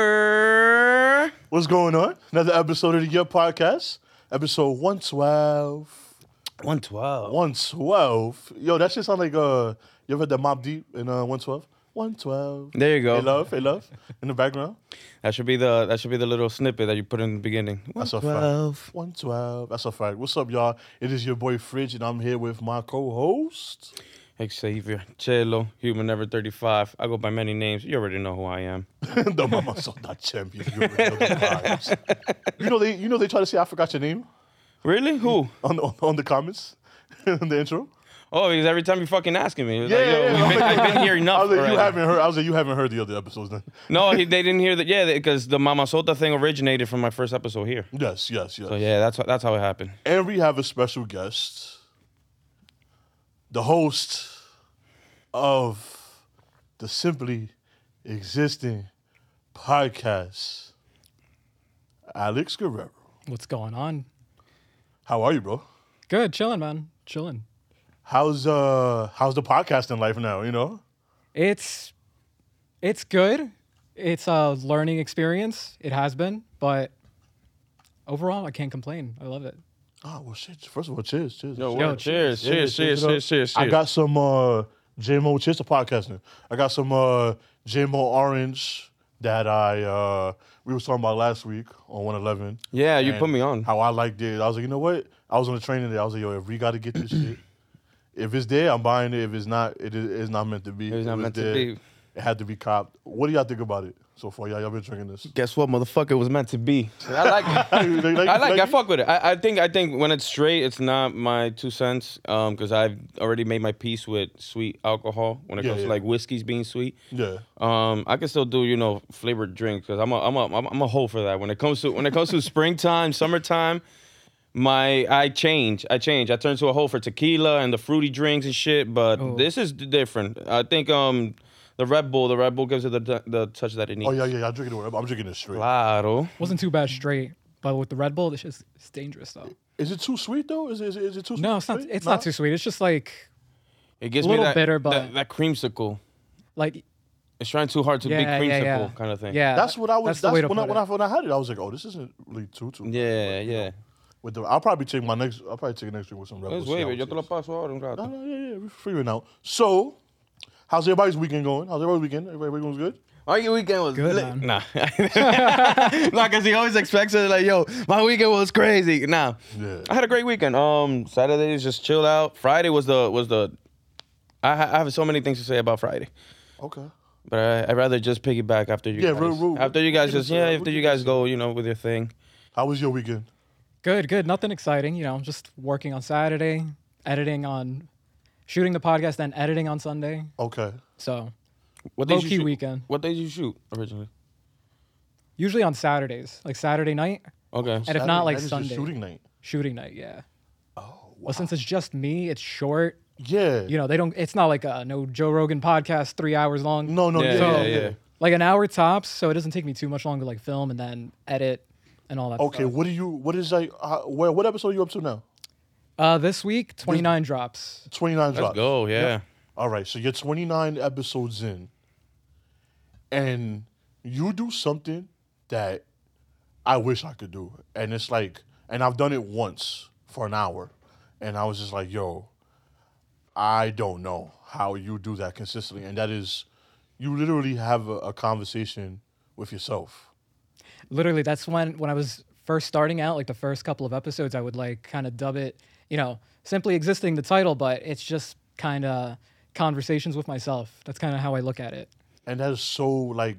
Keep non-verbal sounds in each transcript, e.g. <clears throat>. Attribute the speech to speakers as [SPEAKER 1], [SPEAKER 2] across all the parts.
[SPEAKER 1] Yer.
[SPEAKER 2] What's going on? Another episode of the Yup Podcast, episode 112.
[SPEAKER 1] 112.
[SPEAKER 2] 112? Yo, that shit sound like, uh, you ever heard that Mob Deep in uh, 112? 112.
[SPEAKER 1] There you go.
[SPEAKER 2] Hey, love, hey, love, in the background.
[SPEAKER 1] That should be the that should be the little snippet that you put in the beginning.
[SPEAKER 2] That's a fact. 112. That's a fact. What's up, y'all? It is your boy Fridge, and I'm here with my co host.
[SPEAKER 1] Xavier Chelo, human number 35. I go by many names. You already know who I am.
[SPEAKER 2] <laughs> the Mama Soda Champion. You already know the vibes. You know, they, you know, they try to say, I forgot your name
[SPEAKER 1] Really? Who?
[SPEAKER 2] on the, on the comments, <laughs> in the intro.
[SPEAKER 1] Oh, because every time you fucking asking me, it was like,
[SPEAKER 2] Yeah,
[SPEAKER 1] yo,
[SPEAKER 2] yeah, yeah.
[SPEAKER 1] we've been- I've been here
[SPEAKER 2] I
[SPEAKER 1] enough.
[SPEAKER 2] was like, you
[SPEAKER 1] already.
[SPEAKER 2] haven't heard. I was like, you haven't heard the other episodes then.
[SPEAKER 1] No, he, they didn't hear that. Yeah, because the Mama Sota thing originated from my first episode here.
[SPEAKER 2] Yes, yes, yes.
[SPEAKER 1] So yeah, that's how- that's how it happened.
[SPEAKER 2] And we have a special guest, the host of the Simply Existing podcast, Alex Guerrero.
[SPEAKER 3] What's going on?
[SPEAKER 2] How are you, bro?
[SPEAKER 3] Good, chilling, man, chilling.
[SPEAKER 2] How's uh how's the podcasting life now? You know,
[SPEAKER 3] It's it's good. It's a learning experience. It has been, but overall, I can't complain. I love it.
[SPEAKER 2] oh well, shit. First of all, cheers, cheers.
[SPEAKER 3] Yo,
[SPEAKER 1] cheers,
[SPEAKER 2] Yeah,
[SPEAKER 1] cheers, cheers,
[SPEAKER 2] it up.
[SPEAKER 1] cheers, cheers,
[SPEAKER 2] I
[SPEAKER 1] cheers.
[SPEAKER 2] got some uh JMO cheers to podcasting. I got some uh JMO orange that I uh we was talking about last week on 111.
[SPEAKER 1] Yeah, you
[SPEAKER 2] and
[SPEAKER 1] put me on.
[SPEAKER 2] How I liked it. I was like, you know what? I was on the train today. I was like, yo, if we got to get this
[SPEAKER 1] <clears throat>
[SPEAKER 2] shit, if it's there, I'm buying it. If it's not, it is it's not meant to be.
[SPEAKER 1] was
[SPEAKER 2] If
[SPEAKER 1] not
[SPEAKER 2] it's
[SPEAKER 1] meant to
[SPEAKER 2] there,
[SPEAKER 1] be.
[SPEAKER 2] It had to be copped. What do y'all think about it so far? Y'all, y'all been drinking
[SPEAKER 1] <laughs>
[SPEAKER 2] this?
[SPEAKER 1] Guess what, motherfucker? It was meant to be. I like it. <laughs> I like. I fuck with it. I, I think. I think when it's straight, it's not my two cents. Um, because I've already made my peace with sweet alcohol when it
[SPEAKER 2] Yeah,
[SPEAKER 1] comes
[SPEAKER 2] yeah.
[SPEAKER 1] to like whiskeys being sweet.
[SPEAKER 2] Yeah.
[SPEAKER 1] Um, I can still do you know flavored drinks because I'm a I'm a I'm a- I'm a hole for that. When it comes to when it comes to springtime, summertime, my I change. I change. I turn to a hole for tequila and the fruity drinks and shit. But
[SPEAKER 3] Oh.
[SPEAKER 1] this is d- different. I think um the Red Bull the Red Bull gives it the t- the touch that it needs.
[SPEAKER 2] Oh yeah, yeah, yeah. I'm drinking it. I'm drinking it straight.
[SPEAKER 1] Claro.
[SPEAKER 3] Wasn't too bad straight, but with the Red Bull, it's just it's dangerous though.
[SPEAKER 2] Is it too sweet though? Is it, is it, is it too?
[SPEAKER 3] No, it's not.
[SPEAKER 2] sweet?
[SPEAKER 3] It's
[SPEAKER 2] Nah?
[SPEAKER 3] not too sweet. It's just like
[SPEAKER 1] It gives
[SPEAKER 3] A
[SPEAKER 1] me
[SPEAKER 3] little
[SPEAKER 1] that,
[SPEAKER 3] bitter,
[SPEAKER 1] that,
[SPEAKER 3] but-
[SPEAKER 1] that creamsicle.
[SPEAKER 3] like
[SPEAKER 1] It's trying too hard to be
[SPEAKER 3] yeah,
[SPEAKER 1] creamsicle
[SPEAKER 3] yeah, yeah,
[SPEAKER 1] kind of thing.
[SPEAKER 3] Yeah,
[SPEAKER 2] That's what I was.
[SPEAKER 3] That's
[SPEAKER 2] That's,
[SPEAKER 3] the way to
[SPEAKER 2] when, I,
[SPEAKER 3] put
[SPEAKER 2] when,
[SPEAKER 3] it.
[SPEAKER 2] I, when I had it, I was like, "Oh, this isn't really too too."
[SPEAKER 1] Yeah, yeah.
[SPEAKER 2] With the, I'll probably take my next. I'll probably take the next drink with some Red Bull.
[SPEAKER 1] It's
[SPEAKER 2] see how
[SPEAKER 1] way,
[SPEAKER 2] it
[SPEAKER 1] yo te lo
[SPEAKER 2] tastes.
[SPEAKER 1] paso ahora un
[SPEAKER 2] No,
[SPEAKER 1] rato.
[SPEAKER 2] no, yeah, yeah, we're figuring out. So, how's everybody's weekend going? How's everybody's weekend? Everybody was good.
[SPEAKER 1] Oh, your weekend was
[SPEAKER 3] Good,
[SPEAKER 1] lit.
[SPEAKER 3] man.
[SPEAKER 1] Nah.
[SPEAKER 3] <laughs>
[SPEAKER 1] <laughs> nah, because he always expects it like, yo, my weekend was crazy. Nah.
[SPEAKER 2] Yeah.
[SPEAKER 1] I had a great weekend. Um, Saturday is just chill out. Friday was the was the I, ha- I have so many things to say about Friday.
[SPEAKER 2] Okay.
[SPEAKER 1] But I, I'd rather just piggyback after you
[SPEAKER 2] Yeah,
[SPEAKER 1] guys.
[SPEAKER 2] real- real-
[SPEAKER 1] after you guys
[SPEAKER 2] real-
[SPEAKER 1] just yeah,
[SPEAKER 2] real-
[SPEAKER 1] after you guys go, you know, with your thing.
[SPEAKER 2] How was your weekend?
[SPEAKER 3] Good, good. Nothing exciting. You know, I'm just working on Saturday, editing on, shooting the podcast, then editing on Sunday.
[SPEAKER 2] Okay.
[SPEAKER 3] So
[SPEAKER 1] What
[SPEAKER 3] low
[SPEAKER 1] days you
[SPEAKER 3] key
[SPEAKER 1] shoot-
[SPEAKER 3] weekend.
[SPEAKER 1] What days you shoot originally?
[SPEAKER 3] Usually on Saturdays, like Saturday night,
[SPEAKER 1] Okay.
[SPEAKER 3] And if not, like,
[SPEAKER 2] night is
[SPEAKER 3] Sunday.
[SPEAKER 2] the shooting night.
[SPEAKER 3] shooting night. Yeah. Oh. Well, since it's just me, it's short.
[SPEAKER 2] Yeah.
[SPEAKER 3] You know, they don't. It's not like a no Joe Rogan podcast, three hours long.
[SPEAKER 2] No, no, yeah,
[SPEAKER 1] Yeah,
[SPEAKER 2] yeah,
[SPEAKER 3] yeah,
[SPEAKER 2] yeah.
[SPEAKER 1] yeah.
[SPEAKER 3] Like an hour tops, so it doesn't take me too much long to like film and then edit and all that.
[SPEAKER 2] Okay.
[SPEAKER 3] stuff.
[SPEAKER 2] What do you? What is like? Uh, where? What episode are you up to now?
[SPEAKER 3] Uh, this week, 29 drops.
[SPEAKER 2] Twenty nine
[SPEAKER 1] Let's
[SPEAKER 2] drops.
[SPEAKER 1] go, yeah.
[SPEAKER 2] All right, so you're 29 episodes in, and you do something that I wish I could do. And it's like, and I've done it once for an hour, and I was just like, yo, I don't know how you do that consistently. And that is, you literally have a, a conversation with yourself.
[SPEAKER 3] literally that's when when i was first starting out like the first couple of episodes i would like kind of dub it you know simply existing the title but it's just kind of conversations with myself that's kind of how i look at it
[SPEAKER 2] And that is so, like,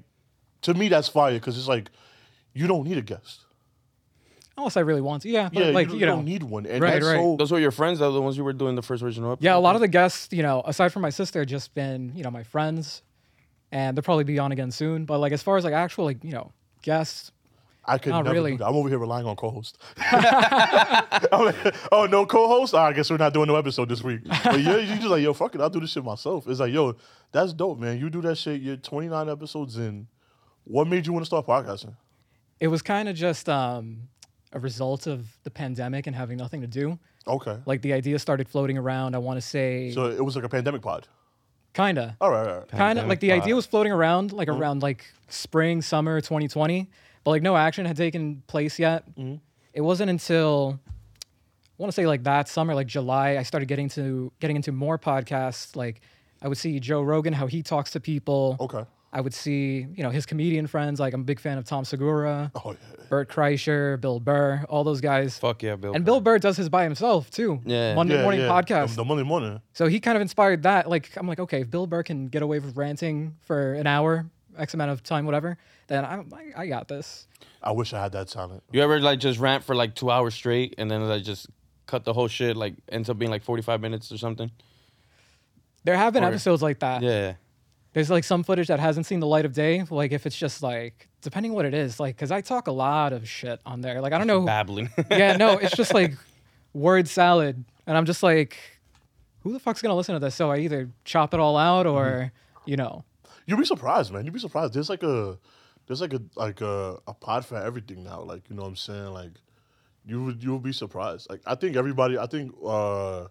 [SPEAKER 2] to me, that's fire because it's like, you don't need a guest.
[SPEAKER 3] unless i really want to yeah but
[SPEAKER 2] Yeah,
[SPEAKER 3] like
[SPEAKER 2] you,
[SPEAKER 3] you,
[SPEAKER 2] don't- don't
[SPEAKER 3] know
[SPEAKER 2] need one. And
[SPEAKER 3] Right,
[SPEAKER 2] that's
[SPEAKER 3] right.
[SPEAKER 2] so,
[SPEAKER 1] Those were your friends, though, the ones you were doing the first original episode.
[SPEAKER 3] yeah a lot of the guests you know aside from my sister just been you know my friends and they'll probably be on again soon but like as far as like actual like you know guests
[SPEAKER 2] I could
[SPEAKER 3] Not
[SPEAKER 2] never
[SPEAKER 3] Oh, really.
[SPEAKER 2] do that. I'm over here relying on
[SPEAKER 3] <laughs>
[SPEAKER 2] co-host. <laughs> I'm like, oh, no co-host? Ah, I guess we're not doing no episode this week. But yeah, you just like, yo, fuck it, I'll do this shit myself. It's like, yo, that's dope, man. You do that shit, you're 29 episodes in. What made you want to start podcasting?
[SPEAKER 3] it was kind of just um a result of the pandemic and having nothing to do
[SPEAKER 2] Okay.
[SPEAKER 3] like the idea started floating around i want to say
[SPEAKER 2] So it was like a pandemic pod.
[SPEAKER 3] Kinda.
[SPEAKER 2] All right, all right.
[SPEAKER 3] kind of
[SPEAKER 1] Pandemic Mm-hmm.
[SPEAKER 3] like the idea
[SPEAKER 1] pod.
[SPEAKER 3] was floating around like around like spring summer 2020 but like no action had taken place yet
[SPEAKER 1] Mm-hmm.
[SPEAKER 3] it wasn't until i want to say like that summer like july i started getting to getting into more podcasts like i would see joe rogan how he talks to people
[SPEAKER 2] Okay.
[SPEAKER 3] i would see you know his comedian friends like i'm a big fan of tom segura
[SPEAKER 2] Oh yeah.
[SPEAKER 3] bert kreischer bill burr all those guys
[SPEAKER 1] Fuck yeah, Bill.
[SPEAKER 3] and bill burr does his by himself too
[SPEAKER 1] Yeah.
[SPEAKER 3] monday
[SPEAKER 2] yeah,
[SPEAKER 3] morning
[SPEAKER 2] yeah.
[SPEAKER 3] podcast
[SPEAKER 2] The, the Monday morning.
[SPEAKER 3] so he kind of inspired that. Like I'm like, okay, if Bill Burr can get away with ranting for an hour, X amount of time, whatever, then I'm, I I got this.
[SPEAKER 2] I wish I had that talent.
[SPEAKER 1] You ever like just rant for like two hours straight and then like just cut the whole shit like ends up being like forty five minutes or something?
[SPEAKER 3] There have been
[SPEAKER 1] Or-
[SPEAKER 3] episodes like that.
[SPEAKER 1] Yeah.
[SPEAKER 3] There's like some footage that hasn't seen the light of day. Like if it's just like depending what it is, like because I talk a lot of shit on there. Like I don't know.
[SPEAKER 1] Babbling.
[SPEAKER 3] yeah, no, it's just like word salad, and I'm just like, who the fuck's gonna listen to this? So I either chop it all out or
[SPEAKER 2] Mm-hmm.
[SPEAKER 3] you know.
[SPEAKER 2] You'd be surprised, man. You'd be surprised. There's like a there's like a like a, a pod for everything now. Like, you know what I'm saying? Like you would you would be surprised. Like I think everybody I think uh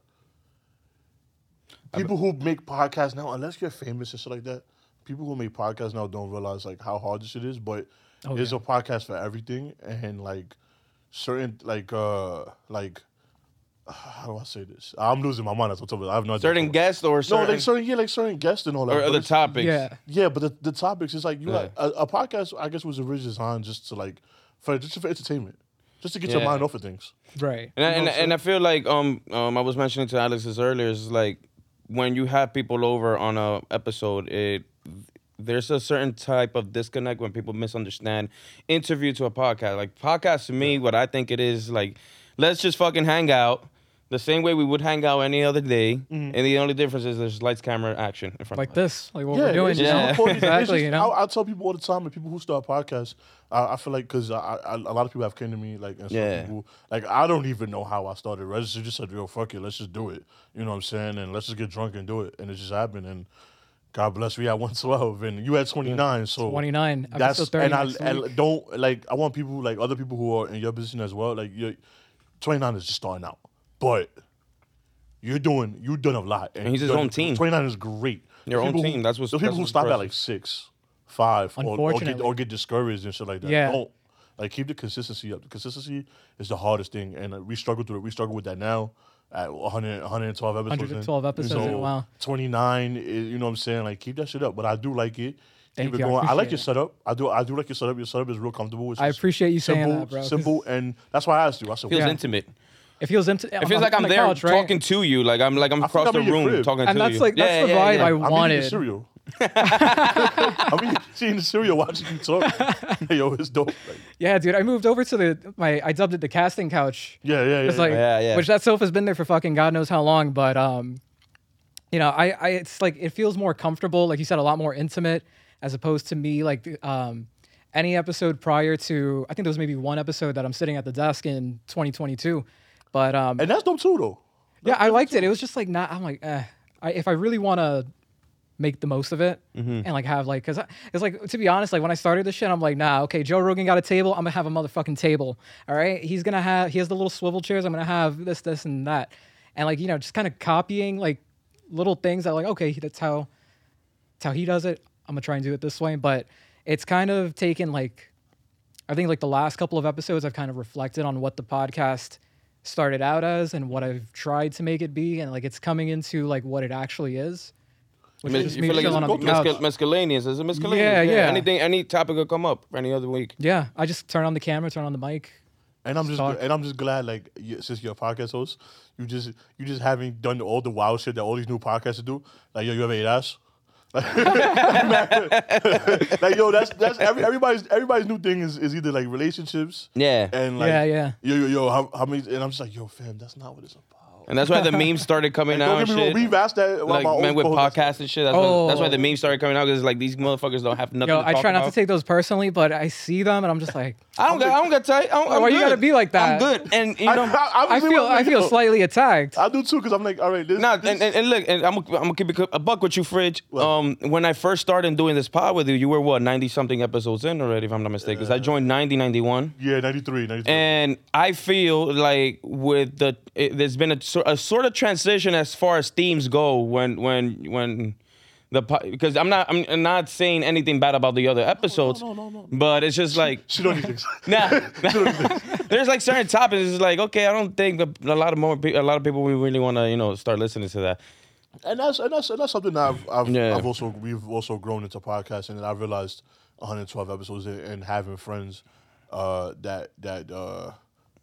[SPEAKER 2] people who make podcasts now, unless you're famous and shit like that, people who make podcasts now don't realize like how hard this shit is, but
[SPEAKER 3] Oh,
[SPEAKER 2] there's a podcast for everything and like certain like uh like how do I say this? I'm losing my mind. I told you, I have no idea.
[SPEAKER 1] <laughs> certain guests or
[SPEAKER 2] no,
[SPEAKER 1] certain,
[SPEAKER 2] like certain yeah, like certain guests and all that.
[SPEAKER 1] or
[SPEAKER 2] but
[SPEAKER 1] other
[SPEAKER 2] it's-
[SPEAKER 1] topics.
[SPEAKER 3] Yeah,
[SPEAKER 2] yeah, but the, the topics is like you
[SPEAKER 1] Yeah.
[SPEAKER 2] got a, a podcast. I guess was originally designed just to like for just for entertainment, just to get your
[SPEAKER 1] Yeah.
[SPEAKER 2] mind off of things.
[SPEAKER 3] right.
[SPEAKER 1] And I,
[SPEAKER 2] You know
[SPEAKER 1] and,
[SPEAKER 2] what I'm
[SPEAKER 1] and I feel like um um I was mentioning to Alex this earlier is like when you have people over on a episode it there's a certain type of disconnect when people misunderstand interview to a podcast like podcast to me what I think it is like let's just fucking hang out the same way we would hang out any other day
[SPEAKER 2] Mm-hmm.
[SPEAKER 1] and the only difference is there's lights camera action in front
[SPEAKER 3] Like
[SPEAKER 1] of us.
[SPEAKER 3] this, like what
[SPEAKER 2] yeah,
[SPEAKER 3] we're doing.
[SPEAKER 2] it's
[SPEAKER 3] you
[SPEAKER 2] just
[SPEAKER 3] know? <laughs>
[SPEAKER 2] recording- it's
[SPEAKER 3] exactly.
[SPEAKER 2] just-
[SPEAKER 3] you know.
[SPEAKER 2] I, I tell people all the time, and people who start podcasts, I, I feel like because I, I, a lot of people have came to me like, and some
[SPEAKER 1] Yeah.
[SPEAKER 2] people, like I don't even know how I started. I just, just said, "Yo, fuck it, let's just do it." You know what I'm saying? And let's just get drunk and do it, and it just happened. And God bless we at 112, and you at 29, so
[SPEAKER 3] 29.
[SPEAKER 2] That's
[SPEAKER 3] episode 30
[SPEAKER 2] and I,
[SPEAKER 3] next
[SPEAKER 2] and
[SPEAKER 3] week.
[SPEAKER 2] don't like. I want people like other people who are in your position as well. Like you're, 29 is just starting out, but you're doing you've done a lot. And,
[SPEAKER 1] he's his
[SPEAKER 2] you've done-
[SPEAKER 1] own team.
[SPEAKER 2] 29 is great.
[SPEAKER 1] Your
[SPEAKER 2] The
[SPEAKER 1] own
[SPEAKER 2] people who-
[SPEAKER 1] team, that's what's-
[SPEAKER 2] the people
[SPEAKER 1] that's
[SPEAKER 2] who
[SPEAKER 1] what's
[SPEAKER 2] stop at
[SPEAKER 1] impressive.
[SPEAKER 2] like six, five, or, or get
[SPEAKER 3] Unfortunately.
[SPEAKER 2] or get discouraged and shit like that.
[SPEAKER 3] Yeah.
[SPEAKER 2] Don't like keep the consistency up. The consistency is the hardest thing, and like, we struggle through it. We struggle with that now. At 100, 112 episodes,
[SPEAKER 3] 112
[SPEAKER 2] in.
[SPEAKER 3] episodes in, wow.
[SPEAKER 2] 29 is, you know what I'm saying? Like, keep that shit up. But I do like it.
[SPEAKER 3] Thank
[SPEAKER 2] keep
[SPEAKER 3] you,
[SPEAKER 2] it
[SPEAKER 3] I
[SPEAKER 2] going. I, like
[SPEAKER 3] appreciate
[SPEAKER 2] your
[SPEAKER 3] it.
[SPEAKER 2] setup. I do. I do like your setup. Your setup is real comfortable. It's
[SPEAKER 3] I
[SPEAKER 2] just
[SPEAKER 3] appreciate you saying
[SPEAKER 2] simple,
[SPEAKER 3] that, bro, 'cause-
[SPEAKER 2] Simple, and that's why I asked you. I said,
[SPEAKER 1] feels
[SPEAKER 2] "Wow."
[SPEAKER 1] intimate
[SPEAKER 3] it feels empty.
[SPEAKER 1] it feels like I'm there talking to you like I'm like I'm
[SPEAKER 2] I think
[SPEAKER 1] across
[SPEAKER 2] I'm
[SPEAKER 1] the
[SPEAKER 2] in your
[SPEAKER 1] room
[SPEAKER 2] crib.
[SPEAKER 1] talking
[SPEAKER 3] And
[SPEAKER 1] to
[SPEAKER 3] that's
[SPEAKER 1] you
[SPEAKER 3] like- that's the vibe I
[SPEAKER 2] I'm eating
[SPEAKER 3] wanted.
[SPEAKER 2] cereal.
[SPEAKER 3] <laughs>
[SPEAKER 2] I'm eating, she eating cereal, watching you talk. <laughs> Yo, it's dope. Like,
[SPEAKER 3] Yeah, dude. I moved over to the my. I dubbed it the casting couch.
[SPEAKER 2] yeah, yeah, yeah.
[SPEAKER 3] It's like,
[SPEAKER 2] yeah.
[SPEAKER 1] Yeah, yeah.
[SPEAKER 3] which that sofa's been there for fucking god knows how long. But um, you know, I, I it's like it feels more comfortable, like you said, a lot more intimate as opposed to me like the- um any episode prior to I think there was maybe one episode that I'm sitting at the desk in 2022, but um,
[SPEAKER 2] and that's dope too, though.
[SPEAKER 3] yeah, I liked it. It was just like not. I'm like, eh. I, if I really want to make the most of it and like have like, cause I, it's like to be honest, like when I started this shit, I'm like, nah, okay, Joe Rogan got a table. I'm gonna have a motherfucking table. All right, he's gonna have he has the little swivel chairs. I'm gonna have this, this, and that, and like you know, just kind of copying like little things that like, okay, that's how that's how he does it. I'm gonna try and do it this way, but it's kind of taken like I think like the last couple of episodes I've kind of reflected on what the podcast started out as and what I've tried to make it be and like it's coming into like what it actually is. Which
[SPEAKER 1] Mis-
[SPEAKER 3] is just
[SPEAKER 1] you
[SPEAKER 3] me
[SPEAKER 1] feel like it's
[SPEAKER 3] chilling on the couch.
[SPEAKER 1] miscel- miscellaneous. It's a miscellaneous.
[SPEAKER 3] Yeah, yeah.
[SPEAKER 1] Anything, any topic will come up any other week.
[SPEAKER 3] Yeah, I just turn on the camera, turn on the mic.
[SPEAKER 2] And I'm just
[SPEAKER 3] Talk.
[SPEAKER 2] and I'm just glad like you, since you're a podcast host, you just you just haven't done all the wild shit that all these new podcasters do. Like yo, you ever ate ass? <laughs> like yo, that's that's every, everybody's everybody's new thing is, is either like relationships
[SPEAKER 1] Yeah.
[SPEAKER 2] and like
[SPEAKER 3] Yeah, yeah.
[SPEAKER 2] yo yo yo how, how many and I'm just like yo fam that's not what it's about.
[SPEAKER 1] And that's why the
[SPEAKER 3] <laughs>
[SPEAKER 1] memes started coming
[SPEAKER 2] Don't
[SPEAKER 1] out.
[SPEAKER 2] get me
[SPEAKER 1] and
[SPEAKER 2] wrong,
[SPEAKER 1] shit.
[SPEAKER 2] we've asked that about
[SPEAKER 1] like
[SPEAKER 2] my
[SPEAKER 1] man
[SPEAKER 2] own
[SPEAKER 1] with
[SPEAKER 2] co-host.
[SPEAKER 1] podcasts and shit. That's, why, that's why
[SPEAKER 3] Oh.
[SPEAKER 1] the memes started coming out because like these motherfuckers don't have nothing.
[SPEAKER 3] Yo,
[SPEAKER 1] to
[SPEAKER 3] I
[SPEAKER 1] talk
[SPEAKER 3] try not
[SPEAKER 1] about.
[SPEAKER 3] to take those personally, but I see them and I'm
[SPEAKER 1] <laughs>
[SPEAKER 3] just like,
[SPEAKER 1] I don't. Got, I don't got tight. I don't, I'm
[SPEAKER 3] Why you
[SPEAKER 1] good.
[SPEAKER 3] gotta be like that?
[SPEAKER 1] I'm good. And you
[SPEAKER 2] I,
[SPEAKER 1] know,
[SPEAKER 2] I- I
[SPEAKER 3] I
[SPEAKER 2] was
[SPEAKER 3] feel
[SPEAKER 2] like,
[SPEAKER 3] I feel
[SPEAKER 2] yo,
[SPEAKER 3] slightly attacked.
[SPEAKER 2] I do too because I'm like all right this,
[SPEAKER 1] No,
[SPEAKER 2] this
[SPEAKER 1] and, and, and look, and I'm I'm gonna keep it a buck with you, Fridge. Um, when I first started doing this pod with you, you were what ninety something episodes in already, if I'm not mistaken. Because I joined 90, 91.
[SPEAKER 2] yeah 93 93
[SPEAKER 1] and I feel like with the it, there's been a, sor- a sort of transition as far as themes go when when when the po- because I'm not I'm not saying anything bad about the other episodes,
[SPEAKER 2] no, no, no.
[SPEAKER 1] but it's just like <laughs>
[SPEAKER 2] She don't need to.
[SPEAKER 1] nah. <laughs> There's like certain topics. It's like okay, I don't think the, a lot of more pe- a lot of people we really want to you know start listening to that.
[SPEAKER 2] and that's and that's and that's something that I've I've,
[SPEAKER 1] Yeah.
[SPEAKER 2] I've also we've also grown into podcasting, and I realized 112 episodes in, and having friends uh, that that uh,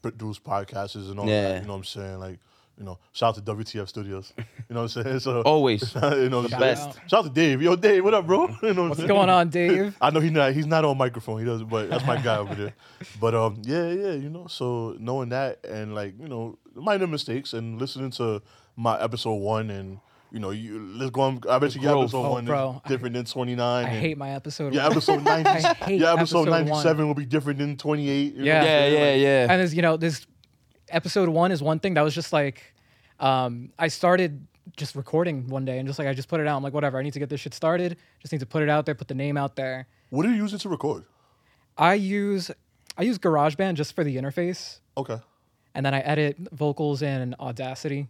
[SPEAKER 2] produce podcasts and all
[SPEAKER 1] Yeah.
[SPEAKER 2] that. You know what I'm saying? Like you know, shout out to WTF Studios. You know what I'm saying? <laughs> So
[SPEAKER 1] Always.
[SPEAKER 2] you know, what I'm saying?
[SPEAKER 1] best.
[SPEAKER 2] Shout out to Dave. Yo, Dave, what up, bro? <laughs> You know
[SPEAKER 3] What's going on, Dave?
[SPEAKER 2] <laughs> I know he's not he's not on microphone. He doesn't, but that's my guy over there. But um, yeah, yeah, you know. So knowing that and like you know minor mistakes and listening to my episode one and you know you let's go on. I bet you your
[SPEAKER 1] growth.
[SPEAKER 2] episode
[SPEAKER 3] Oh,
[SPEAKER 2] one
[SPEAKER 3] bro.
[SPEAKER 2] is different than twenty nine.
[SPEAKER 3] I hate my episode.
[SPEAKER 2] your
[SPEAKER 3] one.
[SPEAKER 2] episode ninety.
[SPEAKER 3] <laughs> I hate
[SPEAKER 2] your episode
[SPEAKER 3] episode one.
[SPEAKER 2] ninety seven will be different than twenty eight.
[SPEAKER 3] Yeah.
[SPEAKER 1] Yeah, yeah, yeah.
[SPEAKER 3] and there's you know this episode one is one thing that was just like um, i started just recording one day and just like i just put it out i'm like whatever i need to get this shit started just need to put it out there put the name out there
[SPEAKER 2] What are you using to record?
[SPEAKER 3] i use i use garageband just for the interface
[SPEAKER 2] Okay.
[SPEAKER 3] and then i edit vocals in audacity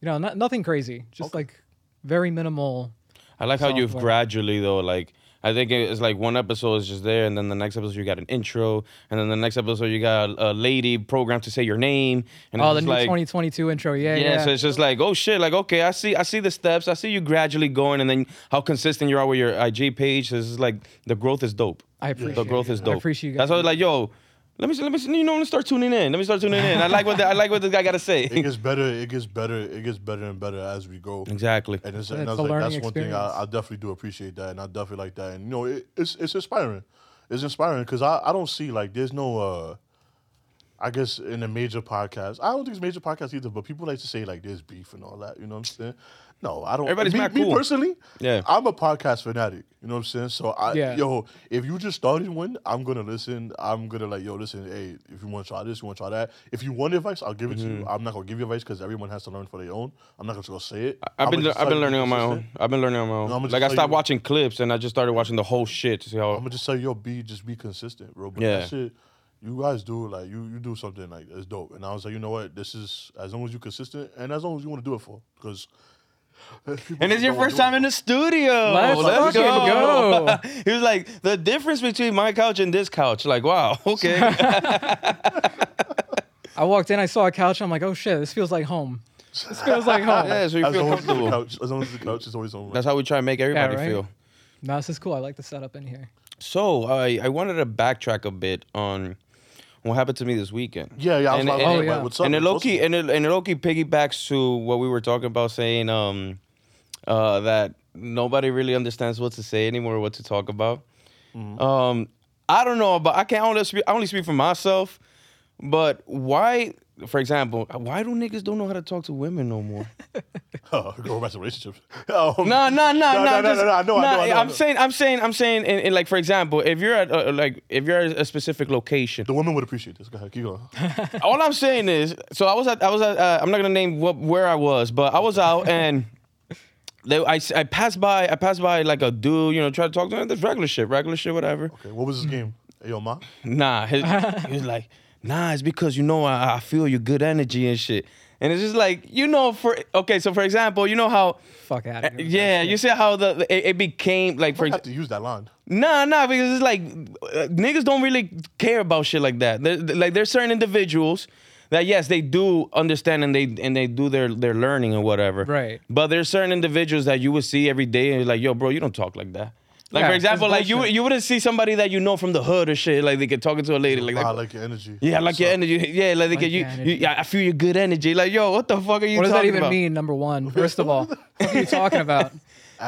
[SPEAKER 3] you know not, nothing crazy just like very minimal
[SPEAKER 1] I like how you've
[SPEAKER 3] Software.
[SPEAKER 1] gradually though, like I think it's like one episode is just there, and then the next episode you got an intro, and then the next episode you got a lady programmed to say your name, and
[SPEAKER 3] oh
[SPEAKER 1] it's
[SPEAKER 3] the
[SPEAKER 1] just
[SPEAKER 3] new
[SPEAKER 1] like
[SPEAKER 3] 2022 intro yeah
[SPEAKER 1] yeah,
[SPEAKER 3] yeah,
[SPEAKER 1] so it's just like oh shit, like okay, I see, I see the steps, I see you gradually going, and then how consistent you are with your IG page. So this is like the growth is dope.
[SPEAKER 3] I appreciate
[SPEAKER 1] the growth
[SPEAKER 3] it.
[SPEAKER 1] is
[SPEAKER 3] I
[SPEAKER 1] dope.
[SPEAKER 3] appreciate you
[SPEAKER 1] That's
[SPEAKER 3] guys.
[SPEAKER 1] why I was like yo. Let me, let me, you know, let me start tuning in. Let me start tuning in. I like what the, I like what this guy got to
[SPEAKER 2] It
[SPEAKER 1] say.
[SPEAKER 2] gets better. It gets better. It gets better and better as we go.
[SPEAKER 1] exactly.
[SPEAKER 2] And, it's,
[SPEAKER 3] And
[SPEAKER 2] and that's,
[SPEAKER 3] it's a
[SPEAKER 2] like,
[SPEAKER 3] learning
[SPEAKER 2] that's one thing
[SPEAKER 3] experience.
[SPEAKER 2] I, I definitely do appreciate that, and I definitely like that. And you know, it, it's it's inspiring. It's inspiring because I, I don't see like there's no uh, I guess in a major podcast. I don't think it's major podcast either, but people like to say like there's beef and all that. You know what I'm saying? No, I don't.
[SPEAKER 1] Everybody's
[SPEAKER 2] me,
[SPEAKER 1] mad
[SPEAKER 2] me
[SPEAKER 1] cool.
[SPEAKER 2] personally.
[SPEAKER 1] Yeah.
[SPEAKER 2] I'm a podcast fanatic. You know what I'm saying? So I
[SPEAKER 3] Yeah.
[SPEAKER 2] yo, if you just started one, I'm gonna listen. I'm gonna like yo, listen. Hey, if you want to try this, you want to try that. If you want advice, I'll give it to you.
[SPEAKER 1] Mm-hmm.
[SPEAKER 2] I'm not gonna give you advice because everyone has to learn for their own. I'm not gonna just go say it.
[SPEAKER 1] I've
[SPEAKER 2] I'ma
[SPEAKER 1] been
[SPEAKER 2] just
[SPEAKER 1] I've
[SPEAKER 2] tell
[SPEAKER 1] been
[SPEAKER 2] you
[SPEAKER 1] learning on my
[SPEAKER 2] consistent.
[SPEAKER 1] own. I've been learning on my
[SPEAKER 2] No, I'ma
[SPEAKER 1] own.
[SPEAKER 2] just
[SPEAKER 1] Like I
[SPEAKER 2] tell
[SPEAKER 1] stopped
[SPEAKER 2] you-
[SPEAKER 1] watching clips and I just started watching the whole shit to see
[SPEAKER 2] I'm
[SPEAKER 1] how
[SPEAKER 2] gonna just tell you, yo, be just be consistent, bro. But
[SPEAKER 1] Yeah.
[SPEAKER 2] that shit, you guys do like you you do something like that's dope. And I was like, you know what? This is as long as you're consistent and as long as you want to do it for, <laughs> because.
[SPEAKER 1] And it's your first time in the studio.
[SPEAKER 3] Let's fucking
[SPEAKER 1] <laughs>
[SPEAKER 3] go.
[SPEAKER 1] he was like, the difference between my couch and this couch. Like, wow, <laughs>
[SPEAKER 3] <laughs>
[SPEAKER 1] okay.
[SPEAKER 3] i walked in i saw a couch i'm like oh shit this feels like home this feels like home
[SPEAKER 1] yeah, so you
[SPEAKER 2] As
[SPEAKER 1] feel
[SPEAKER 2] long as it's the
[SPEAKER 1] comfortable.
[SPEAKER 2] couch, as long as the couch is always on.
[SPEAKER 1] That's how we try to make everybody
[SPEAKER 3] right?
[SPEAKER 1] feel.
[SPEAKER 3] no this is cool i like the setup in here
[SPEAKER 1] So I I wanted to backtrack a bit on what happened to me this weekend.
[SPEAKER 2] yeah, yeah. I was
[SPEAKER 1] And-
[SPEAKER 2] like,
[SPEAKER 1] and-
[SPEAKER 2] like,
[SPEAKER 3] yeah.
[SPEAKER 2] what's up?
[SPEAKER 1] and it low
[SPEAKER 2] What's
[SPEAKER 1] key and it, and it low key piggybacks to what we were talking about saying um uh that nobody really understands what to say anymore what to talk about
[SPEAKER 2] Mm-hmm.
[SPEAKER 1] um i don't know but i can only speak i only speak for myself but why for example why do niggas don't know how to talk to women no more
[SPEAKER 2] Oh, <laughs> go back to relationships. Um,
[SPEAKER 1] no, no, no, no,
[SPEAKER 2] <laughs> no, no,
[SPEAKER 1] just-
[SPEAKER 2] no, no, I know, I know, I know, I
[SPEAKER 1] I'm
[SPEAKER 2] know.
[SPEAKER 1] saying, I'm saying, I'm saying, and, and like for example, if you're at uh, like if you're at a specific location,
[SPEAKER 2] The women would appreciate this. Go ahead, keep
[SPEAKER 1] <laughs>
[SPEAKER 2] going.
[SPEAKER 1] all I'm saying is, so I was at, I was at, uh, I'm not gonna name what where I was, but I was out and they, I, s- I passed by, I passed by like a dude, you know, try to talk to him. This regular shit, regular shit, whatever.
[SPEAKER 2] Okay, what was this game? Hey, yo, ma.
[SPEAKER 1] Nah, he, he was like, nah, it's because you know I, I feel your good energy and shit, and it's just like you know for okay, so for example, you know how.
[SPEAKER 3] fuck out of here
[SPEAKER 1] Yeah, you see how the the- it, it became like for
[SPEAKER 2] I have to use that line.
[SPEAKER 1] Nah, nah, because it's like uh, niggas don't really care about shit like that. There, like there's certain individuals that yes, they do understand and they and they do their their learning or whatever.
[SPEAKER 3] Right.
[SPEAKER 1] But there's certain individuals that you would see every day and you're like, yo, bro, you don't talk like that. Like
[SPEAKER 3] Yeah,
[SPEAKER 1] for
[SPEAKER 3] that's
[SPEAKER 1] example, like you
[SPEAKER 3] bullshit.
[SPEAKER 1] you wouldn't see somebody that you know from the hood or shit like they could talking to a lady like
[SPEAKER 2] I
[SPEAKER 1] that.
[SPEAKER 2] like your energy.
[SPEAKER 1] yeah, I like your energy. <laughs> Yeah, like, they
[SPEAKER 3] Like
[SPEAKER 1] could, you,
[SPEAKER 3] your
[SPEAKER 1] you,
[SPEAKER 3] energy.
[SPEAKER 1] yeah, I feel your good energy. Like, yo, what the fuck are you?
[SPEAKER 3] what does that
[SPEAKER 1] talking
[SPEAKER 3] even
[SPEAKER 1] about?
[SPEAKER 3] mean number one first of all what are you talking about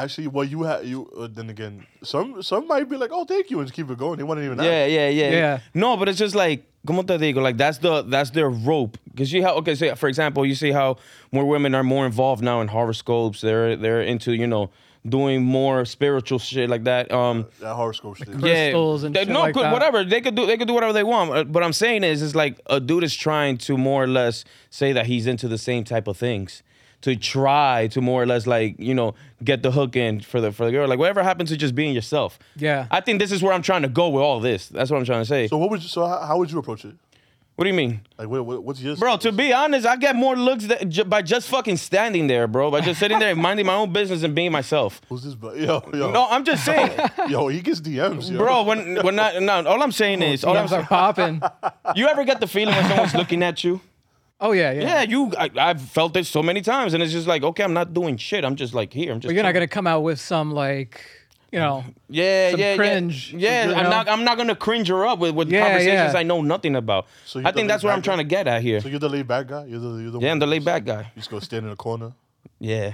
[SPEAKER 2] Actually, well, you had you. Uh, then again, some some might be like, "Oh, thank you," and just keep it going. They wouldn't even. ask.
[SPEAKER 1] Yeah, yeah, yeah,
[SPEAKER 3] Yeah.
[SPEAKER 1] No, but it's just like, como te digo, like that's the that's their rope. Cause you how okay, so for example, you see how more women are more involved now in horoscopes. They're they're into you know doing more spiritual shit like that. Um,
[SPEAKER 2] That horoscope shit.
[SPEAKER 3] crystals
[SPEAKER 1] yeah.
[SPEAKER 3] and
[SPEAKER 1] They-
[SPEAKER 3] shit
[SPEAKER 1] no,
[SPEAKER 3] like
[SPEAKER 1] could-
[SPEAKER 3] that.
[SPEAKER 1] whatever they could do, they could do whatever they want. Uh, But I'm saying is, it's like a dude is trying to more or less say that he's into the same type of things. To try to more or less like you know get the hook in for the for the girl like whatever happened to just being yourself.
[SPEAKER 3] Yeah.
[SPEAKER 1] I think this is where I'm trying to go with all this. That's what I'm trying to say.
[SPEAKER 2] So what would you, so how, how would you approach it?
[SPEAKER 1] What do you mean?
[SPEAKER 2] Like, what, what, what's your
[SPEAKER 1] Bro, to be honest, I get more looks that, ju- by just fucking standing there, bro. By just sitting there <laughs> and minding my own business and being myself.
[SPEAKER 2] Who's this? bu- Yo, yo,
[SPEAKER 1] No, I'm just saying,
[SPEAKER 2] <laughs> yo, he gets DMs, yo.
[SPEAKER 1] bro. When when not no, all I'm saying is, all I'm
[SPEAKER 3] DMs are
[SPEAKER 1] saying,
[SPEAKER 3] popping.
[SPEAKER 1] you ever get the feeling when someone's looking at you?
[SPEAKER 3] Oh yeah, yeah.
[SPEAKER 1] Yeah, you. I, I've felt it so many times, and it's just like, okay, I'm not doing shit. I'm just like here. I'm just.
[SPEAKER 3] But you're not gonna come out with some like, you know,
[SPEAKER 1] Yeah,
[SPEAKER 3] some
[SPEAKER 1] yeah, yeah.
[SPEAKER 3] cringe,
[SPEAKER 1] Yeah,
[SPEAKER 3] you
[SPEAKER 1] I'm
[SPEAKER 3] know?
[SPEAKER 1] not. I'm not gonna cringe her up with with
[SPEAKER 3] Yeah,
[SPEAKER 1] conversations
[SPEAKER 3] yeah.
[SPEAKER 1] I know nothing about.
[SPEAKER 2] So you
[SPEAKER 1] I think
[SPEAKER 2] delete
[SPEAKER 1] that's what I'm
[SPEAKER 2] back-
[SPEAKER 1] trying to get at here.
[SPEAKER 2] So you're the laid back guy. You're the you're the
[SPEAKER 1] yeah,
[SPEAKER 2] one
[SPEAKER 1] I'm the
[SPEAKER 2] who
[SPEAKER 1] laid
[SPEAKER 2] just-
[SPEAKER 1] back guy.
[SPEAKER 2] You just go stand in a corner
[SPEAKER 1] Yeah,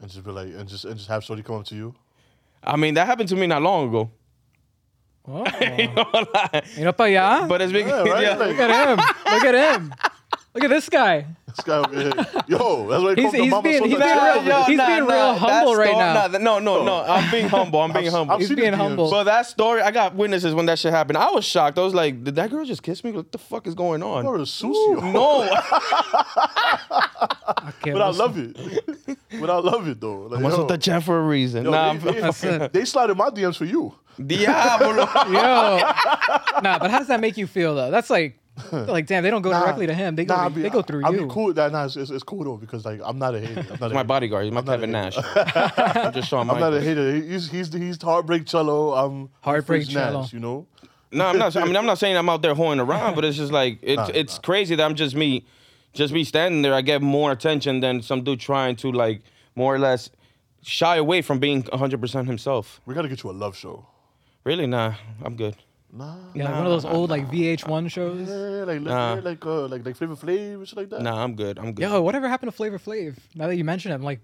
[SPEAKER 2] and just be like, and just and just have somebody come up to you.
[SPEAKER 1] I mean that happened to me not long ago. <laughs>
[SPEAKER 3] oh,
[SPEAKER 1] but
[SPEAKER 3] you know, but yeah.
[SPEAKER 1] it's because
[SPEAKER 2] Yeah, right.
[SPEAKER 1] <laughs> <laughs> yeah.
[SPEAKER 2] Like,
[SPEAKER 3] look at him. Look at him. Look at this guy.
[SPEAKER 2] this guy over here. Yo, that's why he
[SPEAKER 3] He's-
[SPEAKER 2] called the
[SPEAKER 3] he's
[SPEAKER 2] mama.
[SPEAKER 3] being-
[SPEAKER 2] so
[SPEAKER 3] he's
[SPEAKER 2] that shit
[SPEAKER 3] being real-
[SPEAKER 2] over
[SPEAKER 3] yo,
[SPEAKER 2] here.
[SPEAKER 3] He's being real
[SPEAKER 1] that
[SPEAKER 3] humble right
[SPEAKER 1] story-
[SPEAKER 3] now.
[SPEAKER 1] nah, no, no, no. I'm being humble. I'm being
[SPEAKER 2] Oh. <laughs>
[SPEAKER 1] humble.
[SPEAKER 2] I've
[SPEAKER 3] He's
[SPEAKER 2] seen
[SPEAKER 3] being
[SPEAKER 2] his DMs.
[SPEAKER 3] humble.
[SPEAKER 1] but that story, I got witnesses when that shit happened. I was shocked. I was like, did that girl just kiss me? What the fuck is going on?
[SPEAKER 2] You're a sucio.
[SPEAKER 1] <laughs> No.
[SPEAKER 3] Okay,
[SPEAKER 2] But I
[SPEAKER 3] listen.
[SPEAKER 2] love it. <laughs> but I love it though. Like,
[SPEAKER 1] What's
[SPEAKER 2] yo,
[SPEAKER 1] with the chat for a reason?
[SPEAKER 2] yo,
[SPEAKER 1] <laughs> nah,
[SPEAKER 2] they,
[SPEAKER 1] I'm,
[SPEAKER 3] That's
[SPEAKER 2] they,
[SPEAKER 3] it.
[SPEAKER 2] they slide in my DMs for you.
[SPEAKER 1] Diablo.
[SPEAKER 3] <laughs> Yo. nah, but how does that make you feel though? That's like, like damn, they don't go directly to him. They go,
[SPEAKER 2] Nah,
[SPEAKER 3] to-
[SPEAKER 2] I be-
[SPEAKER 3] they go through
[SPEAKER 2] I,
[SPEAKER 3] you.
[SPEAKER 2] I be cool. Nah, nah, it's, it's, it's cool though because like I'm not a hater. I'm not a
[SPEAKER 1] <laughs> my
[SPEAKER 2] hater.
[SPEAKER 1] bodyguard. He's my Kevin Nash. <laughs> I'm just showing
[SPEAKER 2] I'm not a
[SPEAKER 1] my.
[SPEAKER 2] hater. He- He's he's he's heartbreak cello. I'm
[SPEAKER 3] Heartbreak
[SPEAKER 2] Freeze Nash,
[SPEAKER 3] cello.
[SPEAKER 2] You know.
[SPEAKER 1] No, I'm not. I mean, I'm not saying I'm out there hoeing around, but it's just <laughs> like it's it's crazy that I'm just me, just me standing there. I get more attention than some dude trying to like more or less shy away from being 100 percent himself.
[SPEAKER 2] We gotta get you a love show.
[SPEAKER 1] Really, nah. I'm good.
[SPEAKER 2] Nah.
[SPEAKER 3] Yeah, like one of those old like VH1 shows.
[SPEAKER 2] Yeah, like like like uh, like like Flavor Flav and shit like that.
[SPEAKER 1] Nah, I'm good. I'm good.
[SPEAKER 3] Yo, whatever happened to Flavor Flav? Now that you mention him, like,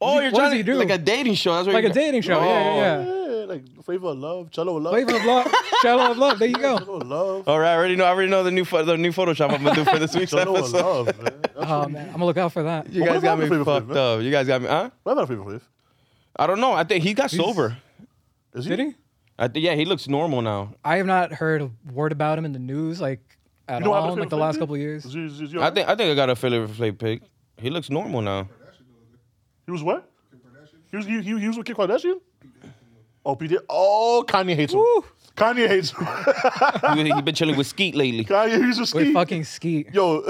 [SPEAKER 1] oh,
[SPEAKER 3] what
[SPEAKER 1] you're
[SPEAKER 3] does
[SPEAKER 1] trying
[SPEAKER 3] he
[SPEAKER 1] to
[SPEAKER 3] do?
[SPEAKER 1] like a dating show. That's what
[SPEAKER 3] like a
[SPEAKER 1] you're-
[SPEAKER 3] dating show.
[SPEAKER 1] Oh.
[SPEAKER 3] Yeah, yeah, yeah.
[SPEAKER 2] Yeah, like Flavor of Love, Cello of Love.
[SPEAKER 3] Flavor of love, shallow of love. There you go.
[SPEAKER 2] Cello of Love.
[SPEAKER 1] All Oh, right, I already know. I already know the new pho- the new Photoshop I'm gonna do for this <laughs> week's
[SPEAKER 2] Cello of
[SPEAKER 1] episode.
[SPEAKER 2] Love, man. That's
[SPEAKER 3] Oh man, I'm gonna look out for that.
[SPEAKER 1] You
[SPEAKER 2] What
[SPEAKER 1] guys got
[SPEAKER 2] about
[SPEAKER 1] me
[SPEAKER 2] Flavor Flav,
[SPEAKER 1] fucked
[SPEAKER 2] man?
[SPEAKER 1] up. You guys got me, huh?
[SPEAKER 2] What about Flavor Flav?
[SPEAKER 1] I don't know. I think he got sober.
[SPEAKER 2] Is
[SPEAKER 3] Did he?
[SPEAKER 1] I th- yeah, he looks normal now.
[SPEAKER 3] I have not heard a word about him in the news like at
[SPEAKER 2] You know what
[SPEAKER 3] all
[SPEAKER 2] happened
[SPEAKER 3] in
[SPEAKER 2] to
[SPEAKER 3] like the
[SPEAKER 2] Flavor
[SPEAKER 3] last
[SPEAKER 2] Flav?
[SPEAKER 3] couple of
[SPEAKER 2] <laughs>
[SPEAKER 3] years.
[SPEAKER 2] Is he- is he- is he
[SPEAKER 1] I think I think I got a Philip Flay pick. He looks normal now.
[SPEAKER 2] He was what? He was he, he, he was with Kim Kardashian. Oh, P. Diddy- Oh, Kanye hates him. Kanye hates <laughs> him.
[SPEAKER 1] He, he been chilling with Skeet
[SPEAKER 3] <laughs>
[SPEAKER 1] lately.
[SPEAKER 2] Kanye, he's a ski.
[SPEAKER 3] With fucking Skeet.
[SPEAKER 2] Yo,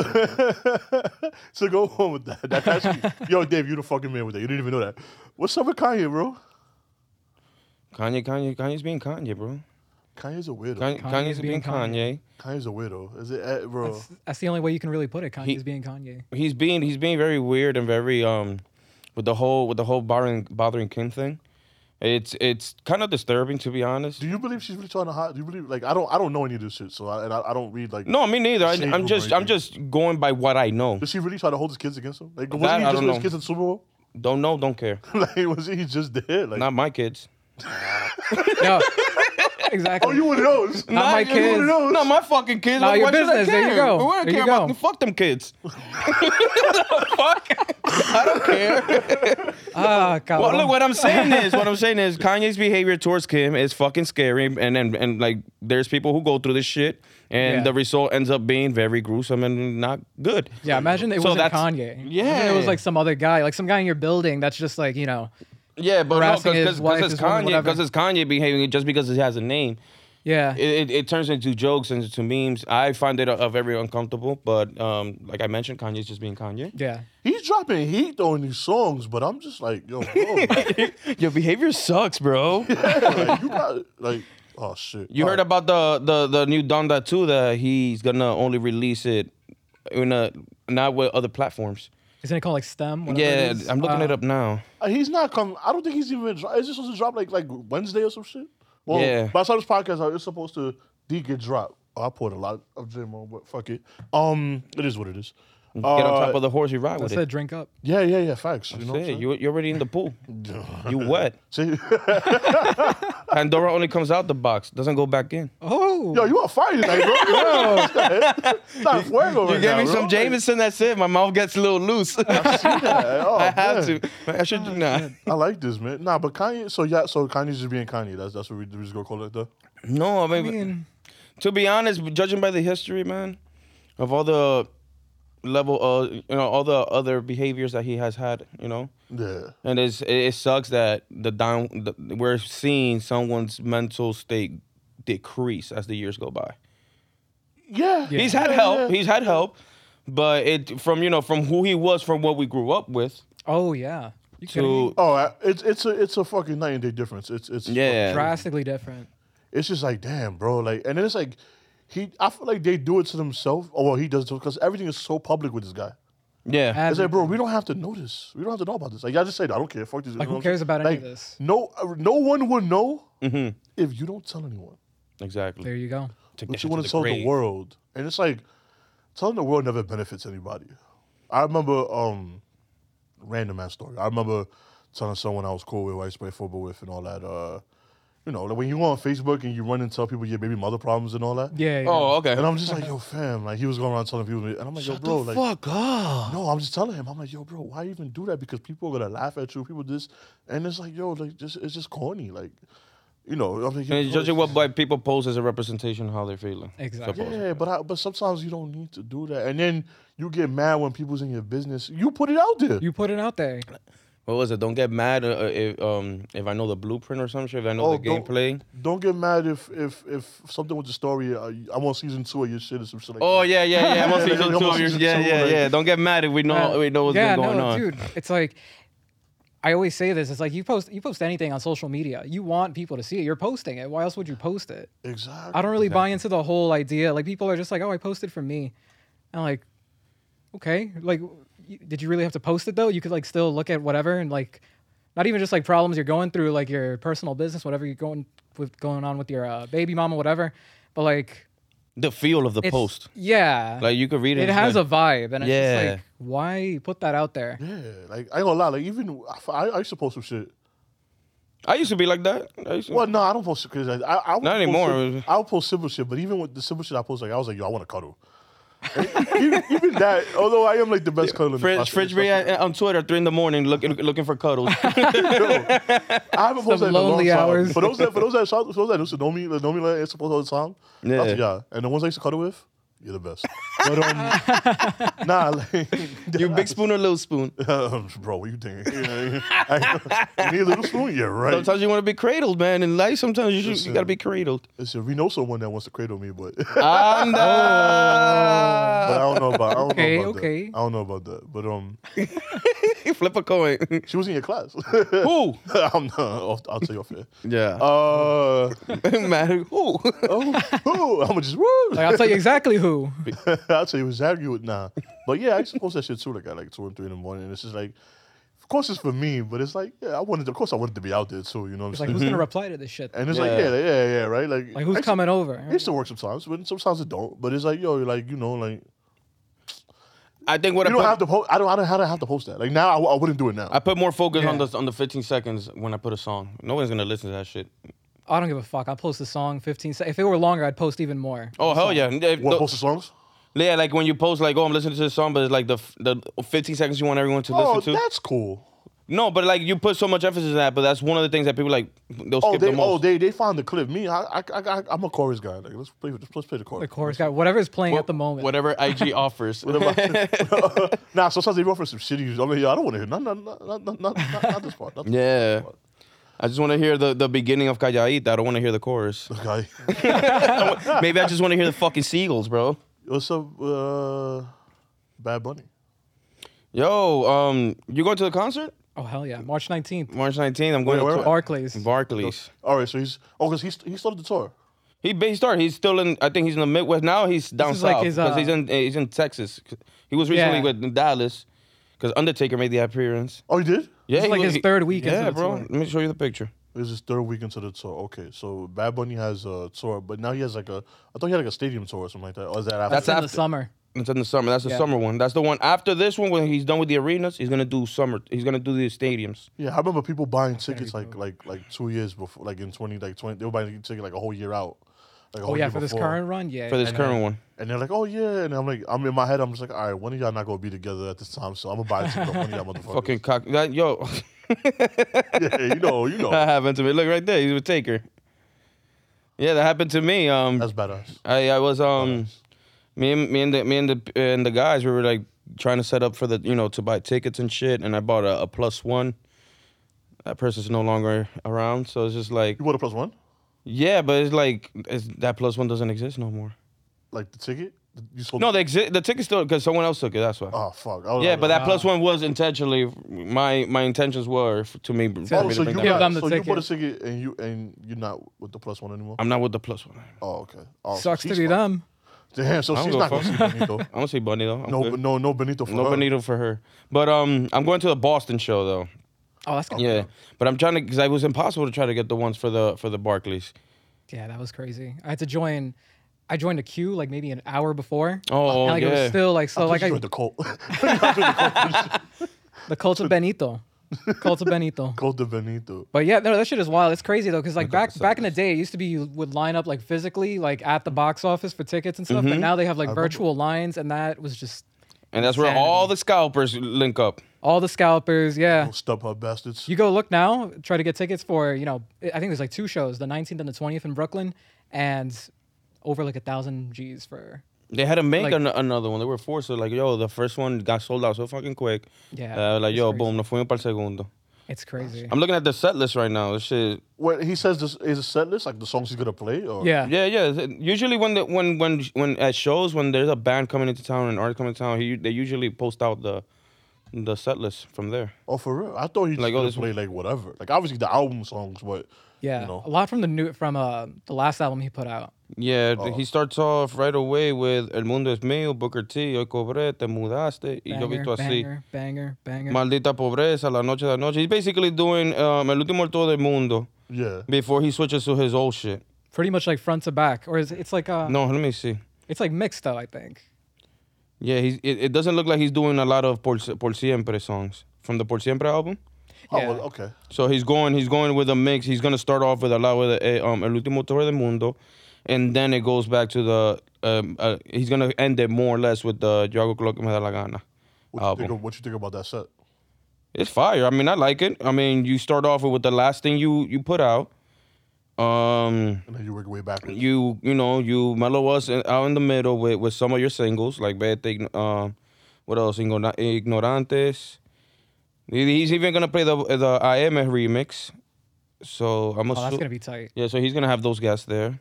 [SPEAKER 2] <laughs> so go home with that. that that's Yo, Dave, you the fucking man with that. You didn't even know that. What's up with Kanye, bro?
[SPEAKER 1] Kanye, Kanye, Kanye's being Kanye, bro.
[SPEAKER 2] Kanye's a weirdo.
[SPEAKER 1] Kanye, Kanye's, being,
[SPEAKER 3] being
[SPEAKER 1] Kanye.
[SPEAKER 2] Kanye's a weirdo. Is it, eh, bro?
[SPEAKER 3] That's, that's the only way you can really put it. Kanye's
[SPEAKER 2] <laughs>
[SPEAKER 3] being Kanye.
[SPEAKER 1] He's being he's being very weird and very um with the whole with the whole bothering bothering Kim thing. It's it's kind of disturbing to be honest.
[SPEAKER 2] Do you believe she's really trying to hide? Do you believe like I don't I don't know any of this shit, so I, and I, I don't read like.
[SPEAKER 1] No, me neither. I,
[SPEAKER 2] Shade
[SPEAKER 1] I'm
[SPEAKER 2] room
[SPEAKER 1] just
[SPEAKER 2] right
[SPEAKER 1] I'm
[SPEAKER 2] there.
[SPEAKER 1] just going by what I know.
[SPEAKER 2] Did she really try to hold his kids against him? Like wasn't
[SPEAKER 1] That
[SPEAKER 2] he
[SPEAKER 1] I
[SPEAKER 2] just
[SPEAKER 1] don't
[SPEAKER 2] with his
[SPEAKER 1] know.
[SPEAKER 2] kids in the Super Bowl? <laughs>
[SPEAKER 1] Don't know, don't care.
[SPEAKER 2] like was he just there? Like
[SPEAKER 1] Not my
[SPEAKER 3] <laughs>
[SPEAKER 1] kids.
[SPEAKER 3] No, <laughs>
[SPEAKER 2] <laughs>
[SPEAKER 3] exactly.
[SPEAKER 2] oh, you one of
[SPEAKER 1] <laughs>
[SPEAKER 2] those?
[SPEAKER 3] Not my
[SPEAKER 1] you wanna
[SPEAKER 3] kids.
[SPEAKER 1] know? Not my fucking kids.
[SPEAKER 3] Not
[SPEAKER 1] Like,
[SPEAKER 3] your
[SPEAKER 1] why should I
[SPEAKER 3] business. There you
[SPEAKER 1] care?
[SPEAKER 3] go.
[SPEAKER 1] Why do I
[SPEAKER 3] There
[SPEAKER 1] care
[SPEAKER 3] you
[SPEAKER 1] about
[SPEAKER 3] go.
[SPEAKER 1] them? Fuck them kids. fuck. I don't care.
[SPEAKER 3] Ah,
[SPEAKER 1] Well, look,
[SPEAKER 3] cabrón.
[SPEAKER 1] what I'm
[SPEAKER 3] <laughs>
[SPEAKER 1] saying is, what I'm saying is, Kanye's behavior towards Kim is fucking scary, and and and like, there's people who go through this shit, and
[SPEAKER 3] Yeah.
[SPEAKER 1] the result ends up being very gruesome and not good.
[SPEAKER 3] Yeah, imagine it
[SPEAKER 1] So
[SPEAKER 3] wasn't
[SPEAKER 1] that's-
[SPEAKER 3] Kanye. Imagine
[SPEAKER 1] Yeah.
[SPEAKER 3] it was like some other guy, like some guy in your building that's just like you know,
[SPEAKER 1] yeah, but no,
[SPEAKER 3] harassing his
[SPEAKER 1] because
[SPEAKER 3] wife,
[SPEAKER 1] it's
[SPEAKER 3] his woman,
[SPEAKER 1] Kanye,
[SPEAKER 3] whatever.
[SPEAKER 1] because it's Kanye behaving just because it has a name,
[SPEAKER 3] yeah.
[SPEAKER 1] it, it, it turns into jokes and into memes. I find it uh, very uncomfortable, but um, like I mentioned, Kanye's just being Kanye.
[SPEAKER 3] yeah.
[SPEAKER 2] He's dropping heat though in these songs, but I'm just like,
[SPEAKER 1] <laughs>
[SPEAKER 2] yo, bro, like,
[SPEAKER 1] <laughs> Your behavior sucks, bro.
[SPEAKER 2] like, you got like, oh shit.
[SPEAKER 1] <laughs> You heard about the the the new Donda too that he's gonna only release it in a not with other platforms.
[SPEAKER 3] Isn't it called like STEM? whatever
[SPEAKER 1] Yeah,
[SPEAKER 3] it is?
[SPEAKER 1] I'm looking
[SPEAKER 3] Uh,
[SPEAKER 1] it up now.
[SPEAKER 2] Uh, He's not coming. I don't think he's even. dro- Is this supposed to drop like like Wednesday or some shit? Well,
[SPEAKER 1] Yeah.
[SPEAKER 2] by the time this podcast, out, it's supposed to de get dropped. Oh, I poured a lot of gin on, but fuck it. Um, it is what it is.
[SPEAKER 1] Get
[SPEAKER 2] Uh,
[SPEAKER 1] on top of the horse you ride
[SPEAKER 3] I
[SPEAKER 1] with
[SPEAKER 3] said
[SPEAKER 1] it.
[SPEAKER 3] drink up.
[SPEAKER 2] Yeah, yeah, yeah. Facts. You know.
[SPEAKER 1] Yeah, you you're already in the
[SPEAKER 3] <laughs>
[SPEAKER 1] pool. you wet.
[SPEAKER 2] See, <laughs>
[SPEAKER 1] Pandora only comes out the box, doesn't go back in.
[SPEAKER 3] Oh,
[SPEAKER 2] yo, you on fire tonight, bro? <laughs> It's not fuego
[SPEAKER 1] You
[SPEAKER 2] right
[SPEAKER 1] gave
[SPEAKER 2] now,
[SPEAKER 1] me
[SPEAKER 2] bro.
[SPEAKER 1] some
[SPEAKER 2] Like,
[SPEAKER 1] Jameson, that's it. My mouth gets a little loose. <laughs> I
[SPEAKER 2] yeah, oh,
[SPEAKER 1] have
[SPEAKER 2] man.
[SPEAKER 1] to. I should not.
[SPEAKER 2] I like this, man. Nah, but Kanye. So yeah, so Kanye's just being Kanye. That's that's what we, we just gonna call it though.
[SPEAKER 1] No, I mean,
[SPEAKER 3] mean-
[SPEAKER 1] to be honest, judging by the history, man, of all the level of you know all the other behaviors that he has had, you know,
[SPEAKER 2] Yeah.
[SPEAKER 1] and it's it, it sucks that the down the, we're seeing someone's mental state decrease as the years go by.
[SPEAKER 2] yeah,
[SPEAKER 1] He's had
[SPEAKER 2] yeah,
[SPEAKER 1] help.
[SPEAKER 2] yeah.
[SPEAKER 1] He's had help, but it from you know from who he was, from what we grew up with
[SPEAKER 3] Oh yeah. You kidding me?
[SPEAKER 1] to
[SPEAKER 2] Oh, I- it's it's a it's a fucking night and day difference. It's it's
[SPEAKER 1] yeah.
[SPEAKER 3] drastically different.
[SPEAKER 2] it's just like damn, bro. Like, and then it's like he. I feel like they do it to themselves. Oh well, he does it because everything is so public with this guy.
[SPEAKER 1] Yeah.
[SPEAKER 2] It's like, bro, we don't have to know this. We don't have to know about this. Like, I just say, I don't care. Fuck this.
[SPEAKER 3] Like, who cares about any of this?
[SPEAKER 2] No, uh, no one would know if you don't tell anyone.
[SPEAKER 1] Exactly.
[SPEAKER 3] There you go.
[SPEAKER 1] Take that
[SPEAKER 2] But
[SPEAKER 1] shit
[SPEAKER 2] you want
[SPEAKER 1] the
[SPEAKER 2] to tell the
[SPEAKER 1] grave.
[SPEAKER 2] world, and it's like telling the world never benefits anybody. I remember, um, random ass story. I remember telling someone I was cool with, who I used to play football with, and all that. Uh, you know, like when you go on Facebook and you run and tell people your baby mother problems and all that.
[SPEAKER 3] Yeah. yeah.
[SPEAKER 1] Oh, okay.
[SPEAKER 2] And I'm just like, yo, fam, like he was going around telling people, and I'm like, yo, bro, like,
[SPEAKER 1] fuck up.
[SPEAKER 2] no, I'm just telling him. I'm like, yo, bro, why even do that? Because people are gonna laugh at you. People just, and it's like, yo, like, just it's just corny. Like, you know, I'm like, yo,
[SPEAKER 1] And it's
[SPEAKER 2] bro,
[SPEAKER 1] judging
[SPEAKER 2] it's
[SPEAKER 1] what
[SPEAKER 2] just-
[SPEAKER 1] by people pose as a representation of how they're feeling.
[SPEAKER 3] Exactly.
[SPEAKER 1] Suppose.
[SPEAKER 2] Yeah, but I, but sometimes you don't need to do that. And then you get mad when people's in your business. You put it out there.
[SPEAKER 3] You put it out there.
[SPEAKER 1] What was it? Don't get mad uh, uh, if um if I know the blueprint or some shit. If I know
[SPEAKER 2] Oh,
[SPEAKER 1] the
[SPEAKER 2] don't- <laughs>
[SPEAKER 1] gameplay.
[SPEAKER 2] don't get mad if if if something with the story. Uh, I'm on season two of your shit or some shit like
[SPEAKER 1] Oh
[SPEAKER 2] that.
[SPEAKER 1] yeah, yeah, yeah. I'm
[SPEAKER 2] <laughs>
[SPEAKER 1] on
[SPEAKER 2] Yeah,
[SPEAKER 1] season
[SPEAKER 2] yeah, I'm
[SPEAKER 1] two.
[SPEAKER 2] on
[SPEAKER 1] of your-
[SPEAKER 2] season
[SPEAKER 1] Yeah,
[SPEAKER 2] two,
[SPEAKER 1] yeah,
[SPEAKER 2] like-
[SPEAKER 1] yeah. Don't get mad if we know
[SPEAKER 3] Uh,
[SPEAKER 1] we know what's
[SPEAKER 3] yeah,
[SPEAKER 1] been going
[SPEAKER 3] no,
[SPEAKER 1] on.
[SPEAKER 3] dude. It's like I always say this. It's like you post you post anything on social media. You want people to see it. You're posting it. Why else would you post it?
[SPEAKER 2] Exactly.
[SPEAKER 3] I don't really buy into the whole idea. Like people are just like, oh, I posted for me. I'm like, okay, like, y- did you really have to post it though? You could like still look at whatever and like, not even just like problems you're going through, like your personal business, whatever you're going with going on with your uh, baby mama, whatever. But like,
[SPEAKER 1] The feel of the
[SPEAKER 3] it's,
[SPEAKER 1] post.
[SPEAKER 3] yeah,
[SPEAKER 1] Like you could read it.
[SPEAKER 3] it has a vibe, and it's
[SPEAKER 1] Yeah.
[SPEAKER 3] just like, why put that out there?
[SPEAKER 2] Yeah, like I ain't gonna lie. Like even I, I used to post some shit.
[SPEAKER 1] I used to be like that. I used to-
[SPEAKER 2] Well, no, I don't post because I, I, I would
[SPEAKER 1] Not
[SPEAKER 2] post
[SPEAKER 1] anymore.
[SPEAKER 2] sim- I would post simple shit, but even with the simple shit I post, like I was like, yo, I want to cuddle. <laughs> even, even that, although I am like the best cuddler. in the
[SPEAKER 1] Fridge,
[SPEAKER 2] class,
[SPEAKER 1] Fridge
[SPEAKER 2] especially-
[SPEAKER 1] be at- on Twitter at three in the morning looking looking
[SPEAKER 2] <laughs>
[SPEAKER 1] for cuddles.
[SPEAKER 2] I haven't posted in a long
[SPEAKER 3] lonely
[SPEAKER 2] time.
[SPEAKER 3] hours.
[SPEAKER 2] For those that for those that shout, for those that used to know me, that know me like it's supposed all the time.
[SPEAKER 1] Yeah.
[SPEAKER 2] Yeah, yeah. And the ones I used to cuddle with, you're the best. <laughs> But um, <laughs> nah, like, <laughs>
[SPEAKER 1] you big spoon or little spoon?
[SPEAKER 2] um, bro, what you thinking? You, know, <laughs> you need a little spoon, yeah, right.
[SPEAKER 1] Sometimes you want to be cradled, man. In life, sometimes you, should, you
[SPEAKER 2] Listen.
[SPEAKER 1] gotta
[SPEAKER 2] <laughs>
[SPEAKER 1] be cradled.
[SPEAKER 2] Listen, we know someone that wants to cradle me, but <laughs>
[SPEAKER 1] And, uh,
[SPEAKER 2] Oh, but I don't know about. I don't
[SPEAKER 3] Okay,
[SPEAKER 2] know about
[SPEAKER 3] okay.
[SPEAKER 2] That. I don't know about that. But um,
[SPEAKER 1] you flip
[SPEAKER 2] <laughs>
[SPEAKER 1] a coin.
[SPEAKER 2] she was in your class.
[SPEAKER 1] Who?
[SPEAKER 2] I'm not. I'll, I'll tell you off air.
[SPEAKER 1] Yeah.
[SPEAKER 2] <laughs>
[SPEAKER 1] <laughs>
[SPEAKER 2] Uh,
[SPEAKER 1] man, who?
[SPEAKER 2] <laughs> oh, oh, I'm gonna just woo.
[SPEAKER 3] Like I'll tell you exactly who.
[SPEAKER 2] <laughs> I'll tell you exactly what nah. But yeah, I used to post that shit too, like at like two and three in the morning. And it's just like, of course it's for me, but it's like, yeah, I wanted, to, of course I wanted to be out there too. You know what
[SPEAKER 3] It's
[SPEAKER 2] I'm
[SPEAKER 3] like
[SPEAKER 2] saying?
[SPEAKER 3] who's
[SPEAKER 1] Mm-hmm.
[SPEAKER 3] gonna reply to this shit?
[SPEAKER 2] and it's like,
[SPEAKER 1] Yeah.
[SPEAKER 2] yeah, like, yeah, yeah, right. Like,
[SPEAKER 3] Like who's
[SPEAKER 2] I used to-
[SPEAKER 3] coming over?
[SPEAKER 2] It used to work sometimes, but sometimes it don't. But it's like, yo, like you know, like
[SPEAKER 1] I think
[SPEAKER 2] you
[SPEAKER 1] what I
[SPEAKER 2] don't
[SPEAKER 1] put,
[SPEAKER 2] have to post. I don't. I don't. I don't have to post that. Like now, I, w- I wouldn't do it now.
[SPEAKER 1] I put more focus on
[SPEAKER 3] Yeah.
[SPEAKER 1] the on the 15 seconds when I put a song. No one's gonna listen to that shit.
[SPEAKER 3] I don't give a fuck. I'll post a song 15 seconds. If it were longer, I'd post even more.
[SPEAKER 1] Oh hell yeah! Yeah,
[SPEAKER 2] Want to
[SPEAKER 1] no-
[SPEAKER 2] post the songs?
[SPEAKER 1] yeah, like when you post like, oh, I'm listening to this song, but it's like the f- the 15 seconds you want everyone to
[SPEAKER 2] Oh,
[SPEAKER 1] listen to.
[SPEAKER 2] that's cool.
[SPEAKER 1] No, but like you put so much emphasis on that, but that's one of the things that people like they'll
[SPEAKER 2] Oh,
[SPEAKER 1] skip
[SPEAKER 2] they,
[SPEAKER 1] the
[SPEAKER 2] oh,
[SPEAKER 1] most.
[SPEAKER 2] they, they found the clip. Me, I, I, I, I I'm a chorus guy. Like, let's play, let's play the
[SPEAKER 3] The
[SPEAKER 2] chorus.
[SPEAKER 3] chorus guy, whatever's playing at the moment.
[SPEAKER 1] Whatever
[SPEAKER 3] <laughs>
[SPEAKER 1] IG
[SPEAKER 2] <laughs>
[SPEAKER 1] offers.
[SPEAKER 2] nah, sometimes they reference some shitty. I mean, yeah, I don't want to hear none, none, none, none, none, not this part. Not this
[SPEAKER 1] yeah. I just want to hear the, the beginning of Callaita. I don't want to hear the chorus.
[SPEAKER 2] part. Okay.
[SPEAKER 1] Maybe I just want to hear the fucking seagulls, bro.
[SPEAKER 2] What's up, uh, Bad Bunny?
[SPEAKER 1] Yo, um, you going to the concert?
[SPEAKER 3] Oh hell yeah, March 19th,
[SPEAKER 1] March 19th. I'm
[SPEAKER 2] Wait,
[SPEAKER 1] going to
[SPEAKER 2] where-
[SPEAKER 3] Barclays.
[SPEAKER 1] Barclays.
[SPEAKER 2] All right, so he's oh, cause he's he started the tour.
[SPEAKER 1] He he started. He's still in. I think he's in the Midwest now. He's down
[SPEAKER 3] is
[SPEAKER 1] south
[SPEAKER 3] like
[SPEAKER 1] because
[SPEAKER 3] his, uh,
[SPEAKER 1] he's in he's in Texas. He was recently
[SPEAKER 3] Yeah.
[SPEAKER 1] with Dallas because Undertaker made the appearance.
[SPEAKER 2] Oh, he did.
[SPEAKER 1] Yeah,
[SPEAKER 3] is
[SPEAKER 1] he
[SPEAKER 3] like
[SPEAKER 1] was-
[SPEAKER 3] his
[SPEAKER 1] he-
[SPEAKER 3] third week into
[SPEAKER 1] Yeah,
[SPEAKER 3] the
[SPEAKER 1] bro.
[SPEAKER 3] tour.
[SPEAKER 1] Let me show you the picture.
[SPEAKER 2] This is his third week into the tour. Okay, so Bad Bunny has a tour, but now he has like a I thought he had like a stadium tour or something like that. Or is that after?
[SPEAKER 1] That's
[SPEAKER 3] It's in
[SPEAKER 1] after-
[SPEAKER 3] the summer.
[SPEAKER 1] It's in the summer. That's the
[SPEAKER 3] Yeah.
[SPEAKER 1] summer one. That's the one after this one when he's done with the arenas. He's gonna do summer. He's gonna do the stadiums.
[SPEAKER 2] yeah, I remember people buying tickets like like like two years before, like in twenty like twenty. They were buying tickets like a whole year out. Like a
[SPEAKER 3] Oh
[SPEAKER 2] whole
[SPEAKER 3] yeah,
[SPEAKER 2] year
[SPEAKER 3] for this
[SPEAKER 2] before.
[SPEAKER 3] current run, yeah.
[SPEAKER 1] for this
[SPEAKER 2] And,
[SPEAKER 1] current
[SPEAKER 2] uh,
[SPEAKER 1] one.
[SPEAKER 2] And they're like, oh yeah, and I'm like, I'm in my head, I'm just like, all right, one of y'all not gonna be together at this time, so I'm gonna buy a ticket of one of y'all motherfuckers.
[SPEAKER 1] Fucking cock. That, yo, <laughs>
[SPEAKER 2] yeah, you know, you know,
[SPEAKER 1] that happened to me. Look right there. He's with Taker. Yeah, that happened to me. Um,
[SPEAKER 2] that's badass.
[SPEAKER 1] I, I was um, me and me and the me and the and the guys we were like trying to set up for the you know to buy tickets and shit, and I bought a, a plus one. That person's no longer around, so it's just like
[SPEAKER 2] You want a plus one?
[SPEAKER 1] yeah, but it's like it's, that plus one doesn't exist no more.
[SPEAKER 2] like the ticket? You sold
[SPEAKER 1] No, the exi- the ticket still because someone else took it. That's why.
[SPEAKER 2] Oh fuck! I was
[SPEAKER 1] yeah,
[SPEAKER 2] like,
[SPEAKER 1] but that plus one was intentionally my my intentions were f- to me.
[SPEAKER 2] Oh,
[SPEAKER 1] for me to
[SPEAKER 2] so you
[SPEAKER 1] bring
[SPEAKER 2] got,
[SPEAKER 1] that
[SPEAKER 3] Give
[SPEAKER 1] up.
[SPEAKER 3] them the
[SPEAKER 2] so you bought a
[SPEAKER 3] ticket.
[SPEAKER 2] ticket and you and you're not with the plus one anymore.
[SPEAKER 1] I'm not with the plus one.
[SPEAKER 2] oh okay. Oh, so
[SPEAKER 3] Sucks to
[SPEAKER 2] she's
[SPEAKER 3] be
[SPEAKER 2] fine.
[SPEAKER 3] them.
[SPEAKER 2] Damn. So
[SPEAKER 1] I don't
[SPEAKER 2] she's
[SPEAKER 1] give a
[SPEAKER 2] not gonna see
[SPEAKER 1] fuck.
[SPEAKER 2] Benito.
[SPEAKER 1] I don't see Bunny though. I'm
[SPEAKER 2] No,
[SPEAKER 1] <laughs> good.
[SPEAKER 2] no, no Benito for
[SPEAKER 1] no
[SPEAKER 2] her.
[SPEAKER 1] Benito for her. But um, I'm going to the Boston show though.
[SPEAKER 3] Oh, that's good.
[SPEAKER 1] Yeah, but I'm trying to because it was impossible to try to get the ones for the for the Barclays.
[SPEAKER 3] Yeah, that was crazy. I had to join. I joined a queue like maybe an hour before.
[SPEAKER 1] Oh,
[SPEAKER 3] and, like it
[SPEAKER 1] yeah.
[SPEAKER 3] was still like so like
[SPEAKER 2] Like
[SPEAKER 3] I,
[SPEAKER 2] the cult. <laughs>
[SPEAKER 3] the cult
[SPEAKER 1] <laughs>
[SPEAKER 3] of Benito, cult of Benito.
[SPEAKER 2] Cult de Benito.
[SPEAKER 3] But yeah, no, that shit is wild. It's crazy though, because like back back in the day, it used to be you would line up like physically, like at the box office for tickets and stuff. But
[SPEAKER 1] Mm-hmm.
[SPEAKER 3] now they have like virtual lines, and that was just
[SPEAKER 1] And that's where all the scalpers link up.
[SPEAKER 3] all the scalpers.
[SPEAKER 1] Oh.
[SPEAKER 3] Yeah,
[SPEAKER 2] Stub her bastards.
[SPEAKER 3] you go look now, try to get tickets for you know. I think there's like two shows, the 19th and the 20th in Brooklyn, and over like a thousand G's for
[SPEAKER 1] They had to make
[SPEAKER 3] Like-
[SPEAKER 1] an- another one. They were forced to like, yo, the first one got sold out so fucking quick.
[SPEAKER 3] Yeah,
[SPEAKER 1] Uh, like,
[SPEAKER 3] it's
[SPEAKER 1] yo,
[SPEAKER 3] crazy.
[SPEAKER 1] boom, no fuimos para segundo.
[SPEAKER 3] it's crazy.
[SPEAKER 1] I'm looking at the set list right now. This shit.
[SPEAKER 2] What he says this is a set list like the songs he's gonna play. Or?
[SPEAKER 3] Yeah,
[SPEAKER 1] Yeah, yeah. Usually when the, when when when at shows when there's a band coming into town and artist coming to town, he, they usually post out the the set list from there.
[SPEAKER 2] Oh, for real? I thought he just
[SPEAKER 1] Like, oh,
[SPEAKER 2] gonna
[SPEAKER 1] this
[SPEAKER 2] play like whatever. Like obviously the album songs, but
[SPEAKER 3] yeah. Oh.
[SPEAKER 2] you know.
[SPEAKER 3] A lot from the new from uh the last album he put out.
[SPEAKER 1] Yeah, th- he starts off right away with El Mundo es mío, Booker T, Hoy cobré, te mudaste, y yo
[SPEAKER 3] Banger,
[SPEAKER 1] visto así.
[SPEAKER 3] banger, banger, banger.
[SPEAKER 1] Maldita pobreza, la noche de la noche. He's basically doing um, El último tour del mundo
[SPEAKER 2] Yeah.
[SPEAKER 1] before he switches to his old shit.
[SPEAKER 3] Pretty much like front to back, or is it's like uh
[SPEAKER 1] No, let me see.
[SPEAKER 3] it's like mixed though. I think.
[SPEAKER 1] Yeah, he's, it, it doesn't look like he's doing a lot of Por, Por Siempre songs from the Por Siempre album.
[SPEAKER 2] Oh
[SPEAKER 3] Yeah.
[SPEAKER 2] well, okay.
[SPEAKER 1] So he's going he's going with a mix. He's gonna start off with a lot with a, um El último tour del mundo, and then it goes back to the um uh, he's gonna end it more or less with the Yo hago lo que me da la gana
[SPEAKER 2] What you,
[SPEAKER 1] album.
[SPEAKER 2] think of, what you think about that set?
[SPEAKER 1] It's fire. I mean, I like it. I mean, you start off with the last thing you you put out. Um,
[SPEAKER 2] And then you work your way backwards.
[SPEAKER 1] you you know you mellow us in, out in the middle with with some of your singles like Bad Thing. Um, what else? Igno- Ignorantes. He- He's even gonna play the the IMS remix. So I'm
[SPEAKER 3] Oh, that's
[SPEAKER 1] assu-
[SPEAKER 3] gonna be tight.
[SPEAKER 1] yeah. So he's gonna have those guys there.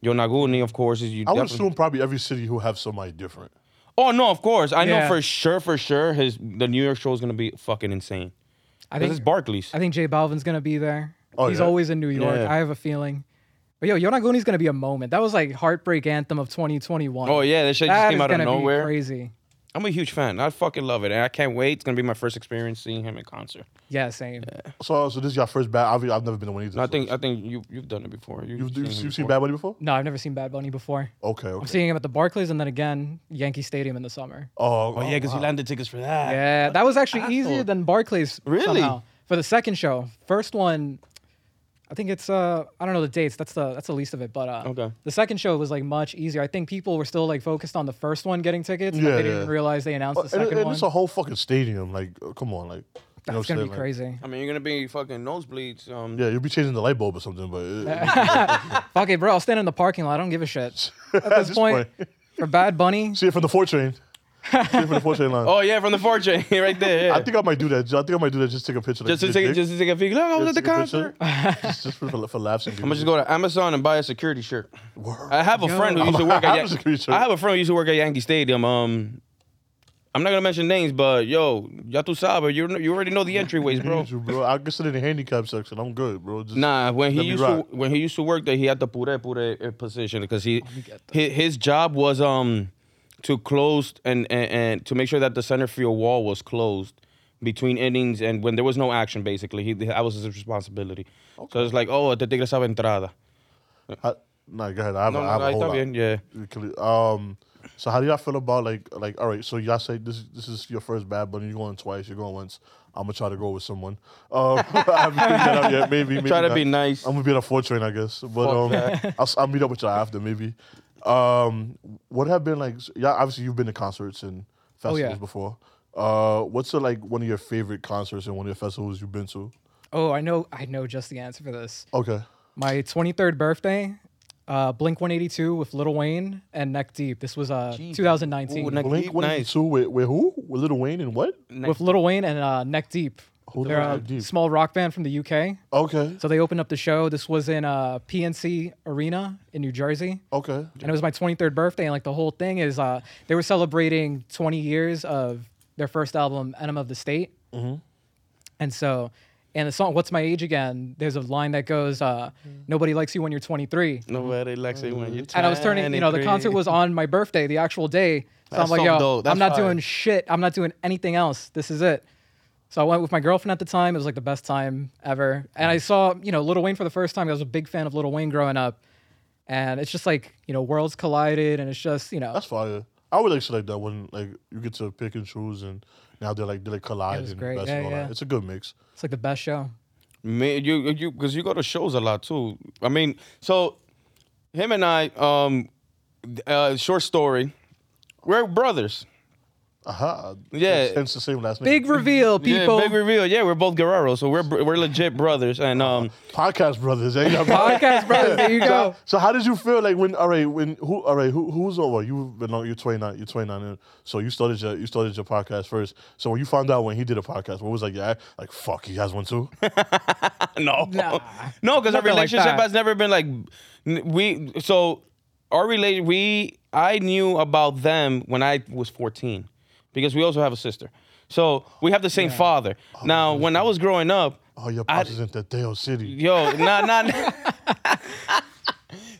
[SPEAKER 1] Yo Naguni, of course, is you.
[SPEAKER 2] I would
[SPEAKER 1] definitely-
[SPEAKER 2] assume probably every city who have somebody different.
[SPEAKER 1] Oh no, of course. I know
[SPEAKER 3] Yeah.
[SPEAKER 1] for sure, for sure, his the New York show is gonna be fucking insane.
[SPEAKER 3] I
[SPEAKER 1] This is
[SPEAKER 3] think
[SPEAKER 1] Barclays.
[SPEAKER 3] I think Jay Balvin's gonna be there.
[SPEAKER 2] Oh,
[SPEAKER 3] He's
[SPEAKER 2] yeah?
[SPEAKER 3] always in New York.
[SPEAKER 1] Yeah.
[SPEAKER 3] I have a feeling. But yo, Yonaguni's gonna be a moment. That was like heartbreak anthem of 2021.
[SPEAKER 1] Oh yeah, that shit just
[SPEAKER 3] That
[SPEAKER 1] came
[SPEAKER 3] is
[SPEAKER 1] out of
[SPEAKER 3] gonna be
[SPEAKER 1] nowhere.
[SPEAKER 3] crazy.
[SPEAKER 1] I'm a huge fan. I fucking love it, and I can't wait. It's gonna be my first experience seeing him in concert.
[SPEAKER 3] Yeah, same.
[SPEAKER 2] So, so this is your first bad. I've, I've never been to one of these.
[SPEAKER 1] And I think I think you you've done it before. You've,
[SPEAKER 2] you've,
[SPEAKER 1] seen
[SPEAKER 2] you've,
[SPEAKER 1] him
[SPEAKER 2] you've seen
[SPEAKER 1] before.
[SPEAKER 2] Bad Bunny before.
[SPEAKER 3] No, I've never seen Bad Bunny before.
[SPEAKER 2] Okay.
[SPEAKER 3] I'm
[SPEAKER 2] okay.
[SPEAKER 3] seeing him at the Barclays and then again Yankee Stadium in the summer.
[SPEAKER 2] Oh,
[SPEAKER 1] Oh yeah, because he landed tickets for that.
[SPEAKER 3] Yeah, that was actually easier than Barclays.
[SPEAKER 1] Really?
[SPEAKER 3] Somehow, for the second show, first one, I think it's uh, I don't know the dates. That's the that's the least of it. But uh,
[SPEAKER 1] Okay.
[SPEAKER 3] the second show was like much easier. I think people were still like focused on the first one getting tickets. Yeah,
[SPEAKER 2] Yeah,
[SPEAKER 3] they didn't
[SPEAKER 2] yeah.
[SPEAKER 3] realize they announced the
[SPEAKER 2] and,
[SPEAKER 3] second
[SPEAKER 2] uh, and
[SPEAKER 3] one.
[SPEAKER 2] it's a whole fucking stadium. Like, uh, come on, like. you know what I'm
[SPEAKER 3] that's gonna
[SPEAKER 2] saying?
[SPEAKER 3] be
[SPEAKER 2] Like,
[SPEAKER 3] crazy.
[SPEAKER 1] I mean, you're gonna be fucking nosebleeds. Um,
[SPEAKER 2] Yeah, you'll be changing the light bulb or something, but
[SPEAKER 3] <laughs>
[SPEAKER 2] uh, <laughs>
[SPEAKER 3] Fuck it, bro. I'll stand in the parking lot. I don't give a shit. At this,
[SPEAKER 2] this
[SPEAKER 3] point,
[SPEAKER 2] point.
[SPEAKER 3] for Bad Bunny,
[SPEAKER 2] see it from the four train. see it from the four train line.
[SPEAKER 1] <laughs> Oh yeah, from the fortune right there. Yeah.
[SPEAKER 2] I think I might do that. I think I might do that. Just take a picture. Like,
[SPEAKER 1] just to
[SPEAKER 2] your
[SPEAKER 1] take
[SPEAKER 2] dick.
[SPEAKER 1] just to take a peek. Look, I was
[SPEAKER 2] Just
[SPEAKER 1] at the
[SPEAKER 2] take a picture.
[SPEAKER 1] concert. I'm
[SPEAKER 2] just, just for, for laughs and
[SPEAKER 1] gonna just go to Amazon and buy a security shirt.
[SPEAKER 2] Word.
[SPEAKER 1] I have a friend who used to
[SPEAKER 2] <laughs>
[SPEAKER 1] work
[SPEAKER 2] I have
[SPEAKER 1] at
[SPEAKER 2] a
[SPEAKER 1] Yan-
[SPEAKER 2] security shirt.
[SPEAKER 1] I have a friend who used to work at Yankee Stadium. Um, I'm not gonna mention names, but yo, ya tu sabes, you you already know the
[SPEAKER 2] <laughs>
[SPEAKER 1] entryways, bro.
[SPEAKER 2] Dude, bro, I can sit in the handicap section. I'm good, bro. Just,
[SPEAKER 1] Nah, when he
[SPEAKER 2] Let me
[SPEAKER 1] used
[SPEAKER 2] rock.
[SPEAKER 1] to when he used to work there, he had the pure pure uh, position because he his, his job was um to close and, and and to make sure that the center field wall was closed between innings and when there was no action. Basically, he that was his responsibility. So it's like, oh, te tigres sabe entrada.
[SPEAKER 2] I, nah, go ahead. I have,
[SPEAKER 1] No,
[SPEAKER 2] a-
[SPEAKER 1] no,
[SPEAKER 2] I have
[SPEAKER 1] no,
[SPEAKER 2] a whole
[SPEAKER 1] está
[SPEAKER 2] lot.
[SPEAKER 1] bien, yeah.
[SPEAKER 2] You can- Um, so how do y'all feel about like like all right? So y'all say this this is your first Bad Bunny. You're going twice. You're going once. I'm gonna try to go with someone. Um, <laughs> I haven't figured that out yet. Maybe, maybe
[SPEAKER 1] Try to
[SPEAKER 2] not.
[SPEAKER 1] be nice.
[SPEAKER 2] I'm gonna be on a four train, I guess. But um,
[SPEAKER 3] <laughs>
[SPEAKER 2] I'll, s- I'll meet up with y'all after maybe. Um, what have been like? s- Yeah, obviously you've been to concerts and festivals
[SPEAKER 3] Oh, yeah.
[SPEAKER 2] before. Uh, what's uh like one of your favorite concerts and one of your festivals you've been to?
[SPEAKER 3] oh, I know, I know just the answer for this.
[SPEAKER 2] Okay,
[SPEAKER 3] My 23rd birthday, uh, Blink 182 with Lil Wayne and Neck Deep. This was uh 2019
[SPEAKER 1] Ooh, Neck-
[SPEAKER 2] Blink
[SPEAKER 1] Deep,
[SPEAKER 2] One Eighty Two with, with who? With Lil Wayne and what?
[SPEAKER 3] with Lil Wayne and uh, Neck Deep.
[SPEAKER 2] Who the
[SPEAKER 3] They're
[SPEAKER 2] fuck
[SPEAKER 3] a
[SPEAKER 2] is Deep?
[SPEAKER 3] small rock band from the UK.
[SPEAKER 2] Okay.
[SPEAKER 3] So they opened up the show. This was in uh, PNC Arena in New Jersey.
[SPEAKER 2] Okay.
[SPEAKER 3] and it was my 23rd birthday and like the whole thing is uh they were celebrating 20 years of their first album enema of the state and so and the song what's my age again there's a line that goes uh nobody likes you when you're 23
[SPEAKER 1] Nobody likes it when you
[SPEAKER 3] and i was turning you know the concert was on my birthday the actual day so
[SPEAKER 1] That's
[SPEAKER 3] i'm like
[SPEAKER 1] something
[SPEAKER 3] yo
[SPEAKER 1] dope. That's
[SPEAKER 3] i'm not
[SPEAKER 1] fire.
[SPEAKER 3] doing shit i'm not doing anything else this is it so I went with my girlfriend at the time. It was like the best time ever. And I saw, you know, Little Wayne for the first time. I was a big fan of Little Wayne growing up. And it's just like, you know, worlds collided and it's just, you know,
[SPEAKER 2] That's fire. I would actually like that when like you get to pick and choose, and now they're like they like collide
[SPEAKER 3] was
[SPEAKER 2] and
[SPEAKER 3] great.
[SPEAKER 2] best
[SPEAKER 3] Yeah,
[SPEAKER 2] and all
[SPEAKER 3] yeah.
[SPEAKER 2] that. It's a good mix.
[SPEAKER 3] it's like the best show.
[SPEAKER 1] Man, you you because you go to shows a lot too. I mean, so him and I, um, uh, short story, we're brothers.
[SPEAKER 2] Aha.
[SPEAKER 1] Yeah.
[SPEAKER 2] Hence the same last name.
[SPEAKER 3] Big reveal, people.
[SPEAKER 1] Yeah, big reveal. Yeah, we're both Guerrero, so we're br- we're legit brothers. And um,
[SPEAKER 2] podcast brothers. eh?
[SPEAKER 3] <laughs> Podcast brothers, there
[SPEAKER 1] <laughs>
[SPEAKER 3] you go.
[SPEAKER 2] So how did you feel like when all right when who all right who who's over you've been on you're 29 you're 29 and so you started your you started your podcast first so when you found out when he did a podcast what was like yeah like fuck he has one
[SPEAKER 3] <laughs>
[SPEAKER 2] too
[SPEAKER 1] <laughs> no,
[SPEAKER 3] Nah.
[SPEAKER 1] no, because our
[SPEAKER 3] Nothing like
[SPEAKER 1] relationship
[SPEAKER 3] that.
[SPEAKER 1] has never been like n- we. So our relation, we I knew about them when I was fourteen, because we also have a sister. So we have the same father.
[SPEAKER 3] Oh,
[SPEAKER 1] now, when I was growing up,
[SPEAKER 2] oh your pops is in the Dale City
[SPEAKER 1] Yo, not not.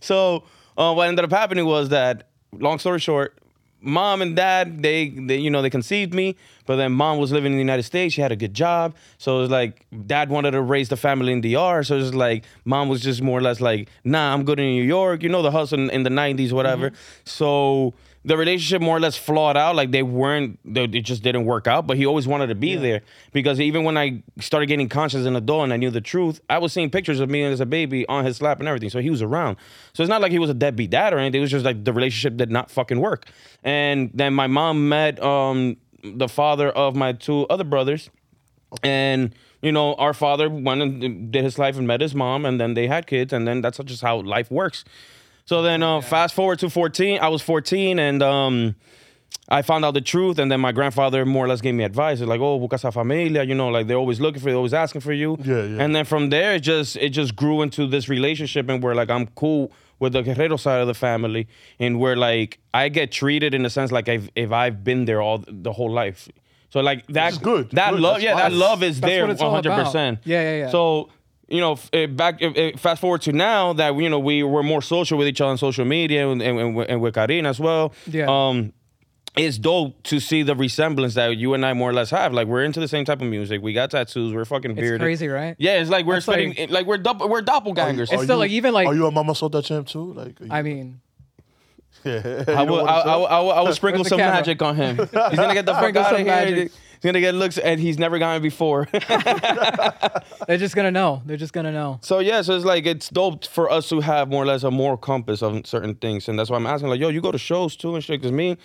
[SPEAKER 1] so uh, what ended up happening was that, long story short, mom and dad they, they you know they conceived me, but then mom was living in the United States. She had a good job, so it was like dad wanted to raise the family in DR. So it was like mom was just more or less like, nah, I'm good in New York. You know the hustle in, in the '90s, whatever. So. The relationship more or less flawed out. Like they weren't, they, it just didn't work out. But he always wanted to be there because even when I started getting conscious as an adult and I knew the truth, I was seeing pictures of me as a baby on his lap and everything. So he was around. So it's not like he was a deadbeat dad or anything. It was just like the relationship did not fucking work. And then my mom met um, the father of my two other brothers. And you know, our father went and did his life and met his mom, and then they had kids, and then that's just how life works. So then, uh, fast forward to 14, I was 14, and um, I found out the truth, and then my grandfather more or less gave me advice. It's like, oh, buscas a familia, you know, like they're always looking for you, always asking for you.
[SPEAKER 2] Yeah, yeah.
[SPEAKER 1] And then from there, it just it just grew into this relationship, and we're like, I'm cool with the Guerrero side of the family, and we're like, I get treated in a sense like I've, if I've been there all the whole life. So like that
[SPEAKER 2] is good.
[SPEAKER 1] That
[SPEAKER 2] Good.
[SPEAKER 1] love,
[SPEAKER 2] That's
[SPEAKER 1] yeah, that
[SPEAKER 2] nice.
[SPEAKER 1] love is
[SPEAKER 3] That's
[SPEAKER 1] there
[SPEAKER 3] what it's all
[SPEAKER 1] 100.
[SPEAKER 3] about.
[SPEAKER 1] percent
[SPEAKER 3] Yeah, yeah, yeah.
[SPEAKER 1] So so you know, f- eh, back eh, eh, fast forward to now that you know we were more social with each other on social media and and, and, with- and with Karin as well.
[SPEAKER 3] Yeah.
[SPEAKER 1] Um, it's dope to see the resemblance that you and I more or less have. Like we're into the same type of music. We got tattoos. We're fucking bearded.
[SPEAKER 3] crazy, right?
[SPEAKER 1] Yeah, it's like we're
[SPEAKER 3] That's
[SPEAKER 1] spitting. Like,
[SPEAKER 3] like-
[SPEAKER 1] we're doppel we're doppelgangers.
[SPEAKER 3] It's
[SPEAKER 2] Are
[SPEAKER 3] still
[SPEAKER 2] you-
[SPEAKER 3] like even like
[SPEAKER 2] are you a Mama Soda champ too like are you- <laughs>
[SPEAKER 3] I mean,
[SPEAKER 1] I will, I, I, will- I, will, I will sprinkle
[SPEAKER 3] Where's the
[SPEAKER 1] some
[SPEAKER 3] camera?
[SPEAKER 1] magic on him. He's gonna
[SPEAKER 3] <laughs>
[SPEAKER 1] get the fuck
[SPEAKER 3] Sprinkle
[SPEAKER 1] out of
[SPEAKER 3] some
[SPEAKER 1] here.
[SPEAKER 3] magic.
[SPEAKER 1] He's gonna get looks, and he's never gotten it before. <laughs>
[SPEAKER 3] they're just gonna know. They're just gonna know.
[SPEAKER 1] So yeah, so it's like it's dope for us to have more or less a moral compass on certain things, and that's why I'm asking like, yo, you go to shows too and shit. Because me,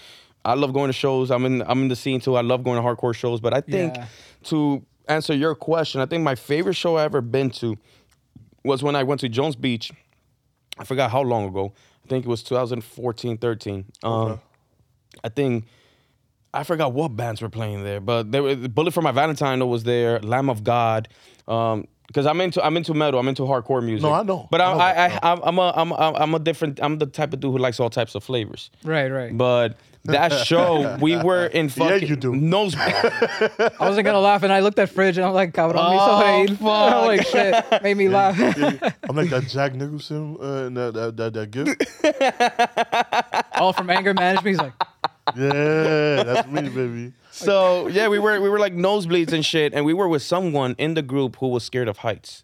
[SPEAKER 1] I love going to shows. I'm in I'm in the scene too. I love going to hardcore shows, but I think
[SPEAKER 3] Yeah.
[SPEAKER 1] to answer your question, I think my favorite show I ever been to was when I went to Jones Beach. I forgot how long ago. I think it was 2014, 13. Um, I think I forgot what bands were playing there, but there were Bullet for My Valentine was there, Lamb of God. Um, because I'm into I'm into metal, I'm into hardcore music.
[SPEAKER 2] No, I know.
[SPEAKER 1] But I,
[SPEAKER 2] I know
[SPEAKER 1] I, I,
[SPEAKER 2] that.
[SPEAKER 1] I I'm a I'm a, I'm a different I'm the type of dude who likes all types of flavors.
[SPEAKER 3] Right, right.
[SPEAKER 1] But
[SPEAKER 2] <laughs>
[SPEAKER 1] that show we were in
[SPEAKER 2] Yeah,
[SPEAKER 1] fucking
[SPEAKER 2] you do. <laughs>
[SPEAKER 1] nose.
[SPEAKER 3] I wasn't gonna laugh, and I looked at fridge, and I'm like, cabrón, me
[SPEAKER 1] Oh,
[SPEAKER 3] hizo reír." <laughs> I'm like, shit, made <laughs> me laugh.
[SPEAKER 2] I'm like that Jack Nicholson uh, and that that that, that gift
[SPEAKER 3] All from anger management. He's like,
[SPEAKER 2] yeah that's me baby
[SPEAKER 1] so yeah, we were we were like nosebleeds and shit, and we were with someone in the group who was scared of heights.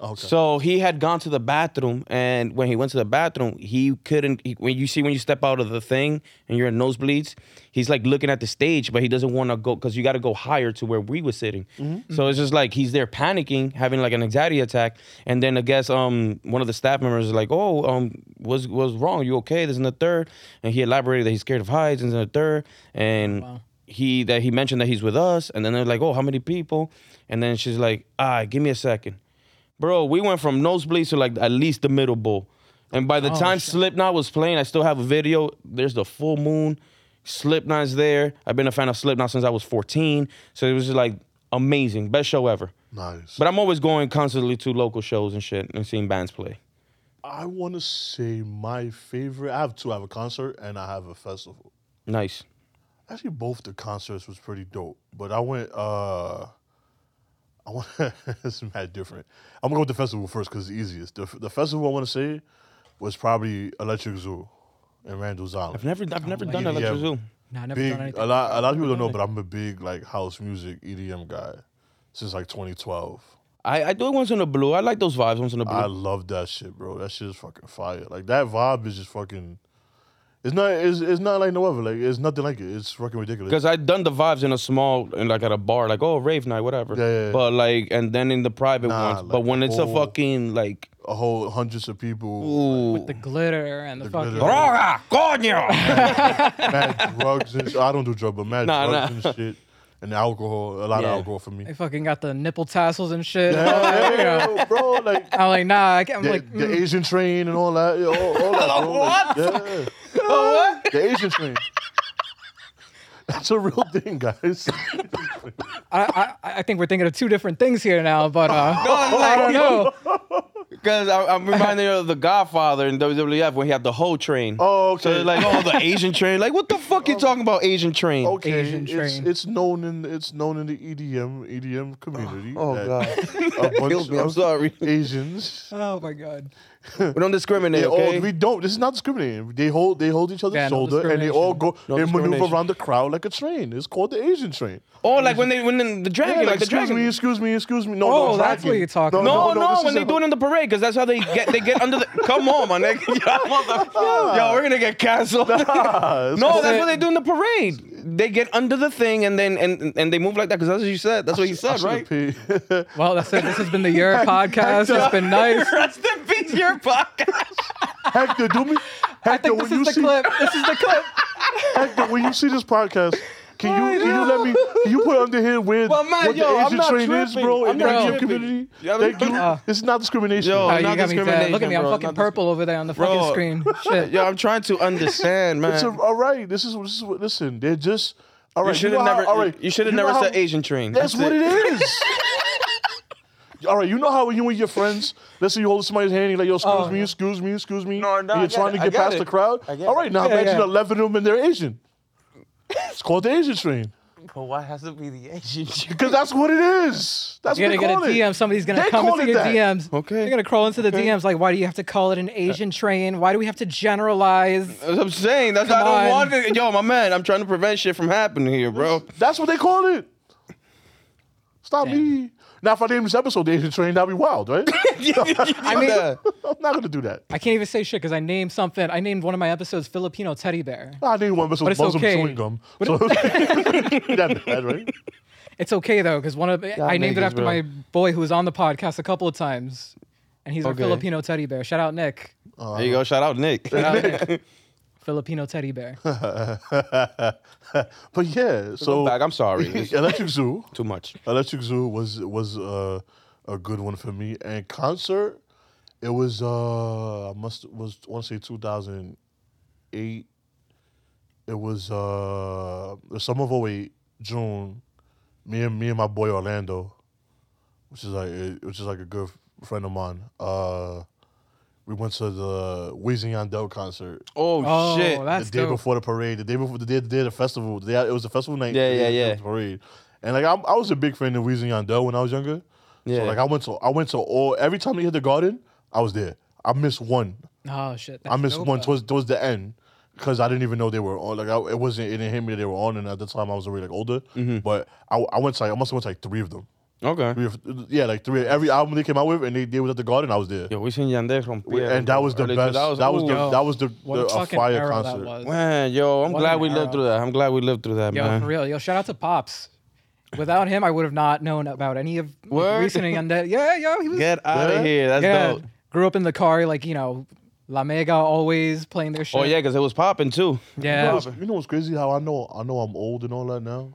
[SPEAKER 2] Oh, okay
[SPEAKER 1] So he had gone to the bathroom, and when he went to the bathroom, he couldn't. He, when you see when you step out of the thing and you're in nosebleeds, he's like looking at the stage, but he doesn't want to go because you got to go higher to where we were sitting. So it's just like he's there panicking, having like an anxiety attack, and then I guess um one of the staff members is like, "Oh, um, what's what's wrong? You okay? This and the third. And he elaborated that he's scared of heights and the third, and he that he mentioned that he's with us, and then they're like, "Oh, how many people? And then she's like, "Ah, give me a second. Bro, we went from nosebleeds to like at least the middle bowl. And by
[SPEAKER 2] Oh,
[SPEAKER 1] the time Slipknot was playing, I still have a video. There's the full moon. Slipknot's there. I've been a fan of Slipknot since I was 14. So it was just like amazing, best show ever.
[SPEAKER 2] Nice.
[SPEAKER 1] But I'm always going constantly to local shows and shit and seeing bands play.
[SPEAKER 2] I want to say my favorite. I have two. I have a concert and I have a festival.
[SPEAKER 1] Nice.
[SPEAKER 2] Actually, both the concerts was pretty dope. But I went. uh I <laughs> want. it's mad different. I'm gonna go with the festival first because it's the easiest. The, the festival I want to say was probably Electric Zoo in Randall's Island.
[SPEAKER 1] I've never I've never done
[SPEAKER 2] Oh, yeah.
[SPEAKER 1] Electro Zoo.
[SPEAKER 3] No, I never
[SPEAKER 2] big.
[SPEAKER 3] done anything.
[SPEAKER 2] A lot. A lot of people don't know, but I'm a big like house music EDM guy since like 2012.
[SPEAKER 1] I, I do it once in the blue. I like those vibes once in the blue.
[SPEAKER 2] I love that shit, bro. That shit is fucking fire. Like that vibe is just fucking. It's not. It's, it's not like no other. Like it's nothing like it. It's fucking ridiculous.
[SPEAKER 1] Because I'd done the vibes in a small, and like at a bar, like, oh, rave night, whatever.
[SPEAKER 2] Yeah, yeah, yeah.
[SPEAKER 1] But like, and then in the private
[SPEAKER 2] Nah,
[SPEAKER 1] ones.
[SPEAKER 2] like
[SPEAKER 1] but when it's
[SPEAKER 2] the
[SPEAKER 1] a
[SPEAKER 2] whole-
[SPEAKER 1] fucking, like,
[SPEAKER 2] A whole hundreds of people,
[SPEAKER 1] ooh.
[SPEAKER 3] the glitter and the,
[SPEAKER 2] The
[SPEAKER 3] fucking.
[SPEAKER 2] glitter.
[SPEAKER 1] Droga, coño!
[SPEAKER 2] mad drugs and shit. I don't do drugs, but mad
[SPEAKER 1] Nah,
[SPEAKER 2] drugs
[SPEAKER 1] nah.
[SPEAKER 2] and shit, and alcohol. A lot
[SPEAKER 1] Yeah.
[SPEAKER 2] of alcohol for me.
[SPEAKER 3] They fucking got the nipple tassels and shit. <laughs>
[SPEAKER 2] Yeah,
[SPEAKER 3] You know,
[SPEAKER 2] yeah, bro, like
[SPEAKER 3] I'm like, nah, I can't. I'm
[SPEAKER 2] the,
[SPEAKER 3] like,
[SPEAKER 2] the
[SPEAKER 1] mm.
[SPEAKER 2] Asian train and all that. yeah, All, all that bro. Like, yeah.
[SPEAKER 1] What?
[SPEAKER 2] The Asian train. That's a real thing,
[SPEAKER 1] <laughs>
[SPEAKER 2] guys.
[SPEAKER 3] I, I, I think we're thinking of two different things here now, but uh, <laughs> I don't know.
[SPEAKER 1] Because I'm reminded of The Godfather in WWF when he had the whole train.
[SPEAKER 2] Oh, okay. Oh.
[SPEAKER 1] So they're like, oh, the Asian train. Like, what the fuck you talking about, Asian train?
[SPEAKER 2] okay,
[SPEAKER 3] Asian
[SPEAKER 2] it's,
[SPEAKER 3] train.
[SPEAKER 2] it's known in it's known in the E EDM EDM community.
[SPEAKER 1] Oh,
[SPEAKER 2] that
[SPEAKER 1] God.
[SPEAKER 2] a bunch
[SPEAKER 1] <laughs> Killed me. I'm
[SPEAKER 2] of <laughs>
[SPEAKER 1] sorry.
[SPEAKER 2] Asians.
[SPEAKER 3] Oh my god.
[SPEAKER 1] We don't discriminate,
[SPEAKER 2] They all,
[SPEAKER 1] okay?
[SPEAKER 2] oh, we don't. This is not discriminating. They hold they hold each other's
[SPEAKER 3] Yeah, no
[SPEAKER 2] shoulder and they all go
[SPEAKER 1] No
[SPEAKER 2] and maneuver
[SPEAKER 1] discrimination.
[SPEAKER 2] around the crowd like a train. It's called the Asian train.
[SPEAKER 1] Or Oh, like when they when the, the dragon,
[SPEAKER 2] Yeah,
[SPEAKER 1] like, the
[SPEAKER 2] excuse
[SPEAKER 1] dragon.
[SPEAKER 2] me, excuse me, excuse me. No,
[SPEAKER 3] Oh,
[SPEAKER 2] no,
[SPEAKER 3] that's
[SPEAKER 2] dragon.
[SPEAKER 3] what you're talking
[SPEAKER 1] No, no,
[SPEAKER 3] about.
[SPEAKER 2] this
[SPEAKER 1] when
[SPEAKER 2] is
[SPEAKER 1] they
[SPEAKER 2] a-
[SPEAKER 1] do it in the parade, because that's how they get they
[SPEAKER 2] <laughs>
[SPEAKER 1] get under the. Come on, my nigga. Yo, mother- <laughs> Yo, we're gonna get <laughs> canceled.
[SPEAKER 2] Ah, it's
[SPEAKER 1] No,
[SPEAKER 2] called-
[SPEAKER 1] that's what they do in the parade. They get under the thing and then and and they move like that because that's what you said. That's what you
[SPEAKER 2] I
[SPEAKER 1] said,
[SPEAKER 2] should've
[SPEAKER 1] right?
[SPEAKER 2] paid.
[SPEAKER 3] Well, that's it. This has been the Year podcast. It's been nice.
[SPEAKER 1] <laughs> Rest in peace, your podcast.
[SPEAKER 2] <laughs> Hector, do
[SPEAKER 1] <laughs>
[SPEAKER 2] me. Hector,
[SPEAKER 3] I think
[SPEAKER 2] when
[SPEAKER 3] this
[SPEAKER 2] you
[SPEAKER 3] is the
[SPEAKER 2] see
[SPEAKER 3] clip. This is the clip. Oh,
[SPEAKER 2] Hector, when you see this podcast, can you can you let me? Can you put under here where
[SPEAKER 1] Well, man,
[SPEAKER 2] what
[SPEAKER 1] yo,
[SPEAKER 2] the
[SPEAKER 1] I'm
[SPEAKER 2] Asian
[SPEAKER 1] not
[SPEAKER 2] train is,
[SPEAKER 1] tripping.
[SPEAKER 2] bro?
[SPEAKER 1] I'm
[SPEAKER 2] in
[SPEAKER 1] not
[SPEAKER 2] the Asian
[SPEAKER 1] tripping.
[SPEAKER 2] community.
[SPEAKER 1] Yeah, I'm-
[SPEAKER 2] Thank you.
[SPEAKER 1] Uh,
[SPEAKER 2] this is not discrimination.
[SPEAKER 1] Yo,
[SPEAKER 3] Oh,
[SPEAKER 1] Not
[SPEAKER 3] you got me dead. Look
[SPEAKER 1] discrimination,
[SPEAKER 3] at me. I'm
[SPEAKER 1] bro.
[SPEAKER 3] fucking
[SPEAKER 1] Not
[SPEAKER 3] purple over there on the
[SPEAKER 1] Bro.
[SPEAKER 3] fucking screen.
[SPEAKER 1] <laughs>
[SPEAKER 3] Shit.
[SPEAKER 1] Yo, I'm trying to understand, man.
[SPEAKER 2] <laughs> It's a, all right. This is this is what. Listen, they're just. All right.
[SPEAKER 1] you should have
[SPEAKER 2] know how-
[SPEAKER 1] never.
[SPEAKER 2] all right,
[SPEAKER 1] You should have
[SPEAKER 2] know
[SPEAKER 1] never
[SPEAKER 2] how-
[SPEAKER 1] said Asian train.
[SPEAKER 2] That's what it is. <laughs> All right, you know how when you and your friends, let's say you hold somebody's hand, you're like, yo, excuse
[SPEAKER 3] Oh,
[SPEAKER 2] me,
[SPEAKER 3] yeah.
[SPEAKER 2] excuse me, excuse me.
[SPEAKER 1] No, no,
[SPEAKER 2] and
[SPEAKER 1] I
[SPEAKER 2] you're
[SPEAKER 1] get
[SPEAKER 2] trying
[SPEAKER 1] it,
[SPEAKER 2] to
[SPEAKER 1] I
[SPEAKER 2] get
[SPEAKER 1] get
[SPEAKER 2] past
[SPEAKER 1] it,
[SPEAKER 2] the crowd.
[SPEAKER 1] I get
[SPEAKER 2] All right, now
[SPEAKER 3] Yeah,
[SPEAKER 2] imagine
[SPEAKER 3] yeah.
[SPEAKER 2] 11 of them and they're Asian. It's called the Asian train.
[SPEAKER 1] But why has to be the Asian train?
[SPEAKER 2] Because that's what it is. That's
[SPEAKER 3] You're
[SPEAKER 2] what
[SPEAKER 3] gonna get a
[SPEAKER 2] they call
[SPEAKER 3] DM.
[SPEAKER 2] it.
[SPEAKER 3] Somebody's gonna
[SPEAKER 2] They
[SPEAKER 3] come
[SPEAKER 2] call
[SPEAKER 3] into
[SPEAKER 2] it
[SPEAKER 3] your
[SPEAKER 2] that.
[SPEAKER 3] DMs.
[SPEAKER 1] Okay.
[SPEAKER 3] They're gonna crawl into the DMs like, why do you have to call it an Asian train? Why do we have to
[SPEAKER 1] <laughs>
[SPEAKER 3] generalize?
[SPEAKER 1] That's what I'm saying. That's I
[SPEAKER 3] Come
[SPEAKER 1] don't
[SPEAKER 3] on.
[SPEAKER 1] want it. Yo, my man, I'm trying to prevent shit from happening
[SPEAKER 2] <laughs>
[SPEAKER 1] here, bro.
[SPEAKER 2] That's what they call it. Stop me. Now, if I named this episode the Asian train, that'd be wild,
[SPEAKER 3] <laughs>
[SPEAKER 2] right?
[SPEAKER 1] I
[SPEAKER 3] mean-
[SPEAKER 2] I'm not gonna do that.
[SPEAKER 3] I can't even say shit because I named something. I named one of my episodes Filipino teddy bear.
[SPEAKER 2] I named one episode
[SPEAKER 3] But it's
[SPEAKER 2] Muslim
[SPEAKER 3] okay.
[SPEAKER 2] chewing gum. So <laughs> that bad,
[SPEAKER 3] <laughs>
[SPEAKER 2] right?
[SPEAKER 3] It's okay though, because one of I named it
[SPEAKER 1] niggas,
[SPEAKER 3] after
[SPEAKER 1] bro.
[SPEAKER 3] my boy who was on the podcast a couple of times, and he's
[SPEAKER 1] Okay.
[SPEAKER 3] a Filipino teddy bear. Shout out Nick,
[SPEAKER 2] Oh.
[SPEAKER 1] there you go. Shout out Nick.
[SPEAKER 3] Filipino teddy bear.
[SPEAKER 2] But yeah, so
[SPEAKER 1] Go back. I'm
[SPEAKER 2] <laughs>
[SPEAKER 1] sorry. It's
[SPEAKER 2] Electric Zoo.
[SPEAKER 1] too much.
[SPEAKER 2] Electric Zoo was was uh, a good one for me. And concert, it was uh I must was want to say 2008. It was uh the summer of 08, June. Me and me and my boy Orlando, which is like eh, which is like a good friend of mine. Uh, we went to the Weezy Yandel concert
[SPEAKER 1] Oh,
[SPEAKER 3] Oh,
[SPEAKER 1] shit.
[SPEAKER 3] that's
[SPEAKER 2] the day
[SPEAKER 3] dope.
[SPEAKER 2] before the parade, the day before the day, the day of the festival. The day, it was a festival night.
[SPEAKER 1] Yeah,
[SPEAKER 2] the
[SPEAKER 1] yeah,
[SPEAKER 2] day of
[SPEAKER 1] yeah.
[SPEAKER 2] The parade, and like I'm, I was a big fan of Weezy and Yandel when I was younger.
[SPEAKER 1] Yeah.
[SPEAKER 2] So like I went to I went to all every time they hit the garden, I was there. I missed one.
[SPEAKER 3] Oh shit!
[SPEAKER 2] I
[SPEAKER 3] that's
[SPEAKER 2] missed
[SPEAKER 3] dope,
[SPEAKER 2] one
[SPEAKER 3] though.
[SPEAKER 2] towards towards the end because I didn't even know they were on. Like I, it wasn't it didn't hit me that they were on, and at the time I was already like older. But I, I went to like, I must have went to like three of them.
[SPEAKER 1] okay.
[SPEAKER 2] Three of, yeah, like three. Every album they came out with, and they, they was at the garden. I was there.
[SPEAKER 1] Yo, we seen Yandel rompieron.
[SPEAKER 2] And that was the
[SPEAKER 1] Early
[SPEAKER 2] best. That
[SPEAKER 1] 2000s.
[SPEAKER 2] was, the
[SPEAKER 3] Ooh.
[SPEAKER 2] that was the,
[SPEAKER 3] What
[SPEAKER 2] the
[SPEAKER 3] a
[SPEAKER 2] a
[SPEAKER 3] fucking
[SPEAKER 2] fire
[SPEAKER 3] era
[SPEAKER 2] concert.
[SPEAKER 3] that was.
[SPEAKER 1] Man, yo, I'm
[SPEAKER 3] What
[SPEAKER 1] glad
[SPEAKER 3] an
[SPEAKER 1] we lived
[SPEAKER 3] era.
[SPEAKER 1] through that. I'm glad we lived through that,
[SPEAKER 3] Yo,
[SPEAKER 1] man.
[SPEAKER 3] for real. Yo, shout out to Pops. Without him, I would have not known about any of
[SPEAKER 1] Word?
[SPEAKER 3] like, reasoning on that. Yeah, yo, he was.
[SPEAKER 1] Get out
[SPEAKER 2] Yeah.
[SPEAKER 1] of here. That's
[SPEAKER 3] yeah,
[SPEAKER 1] dope. Oh,
[SPEAKER 3] grew up in the car, like you know, La Mega always playing their shit.
[SPEAKER 1] Oh yeah, because it was popping too.
[SPEAKER 2] You know,
[SPEAKER 3] yeah.
[SPEAKER 2] what's, you know what's crazy? How I know I know I'm old and all that now,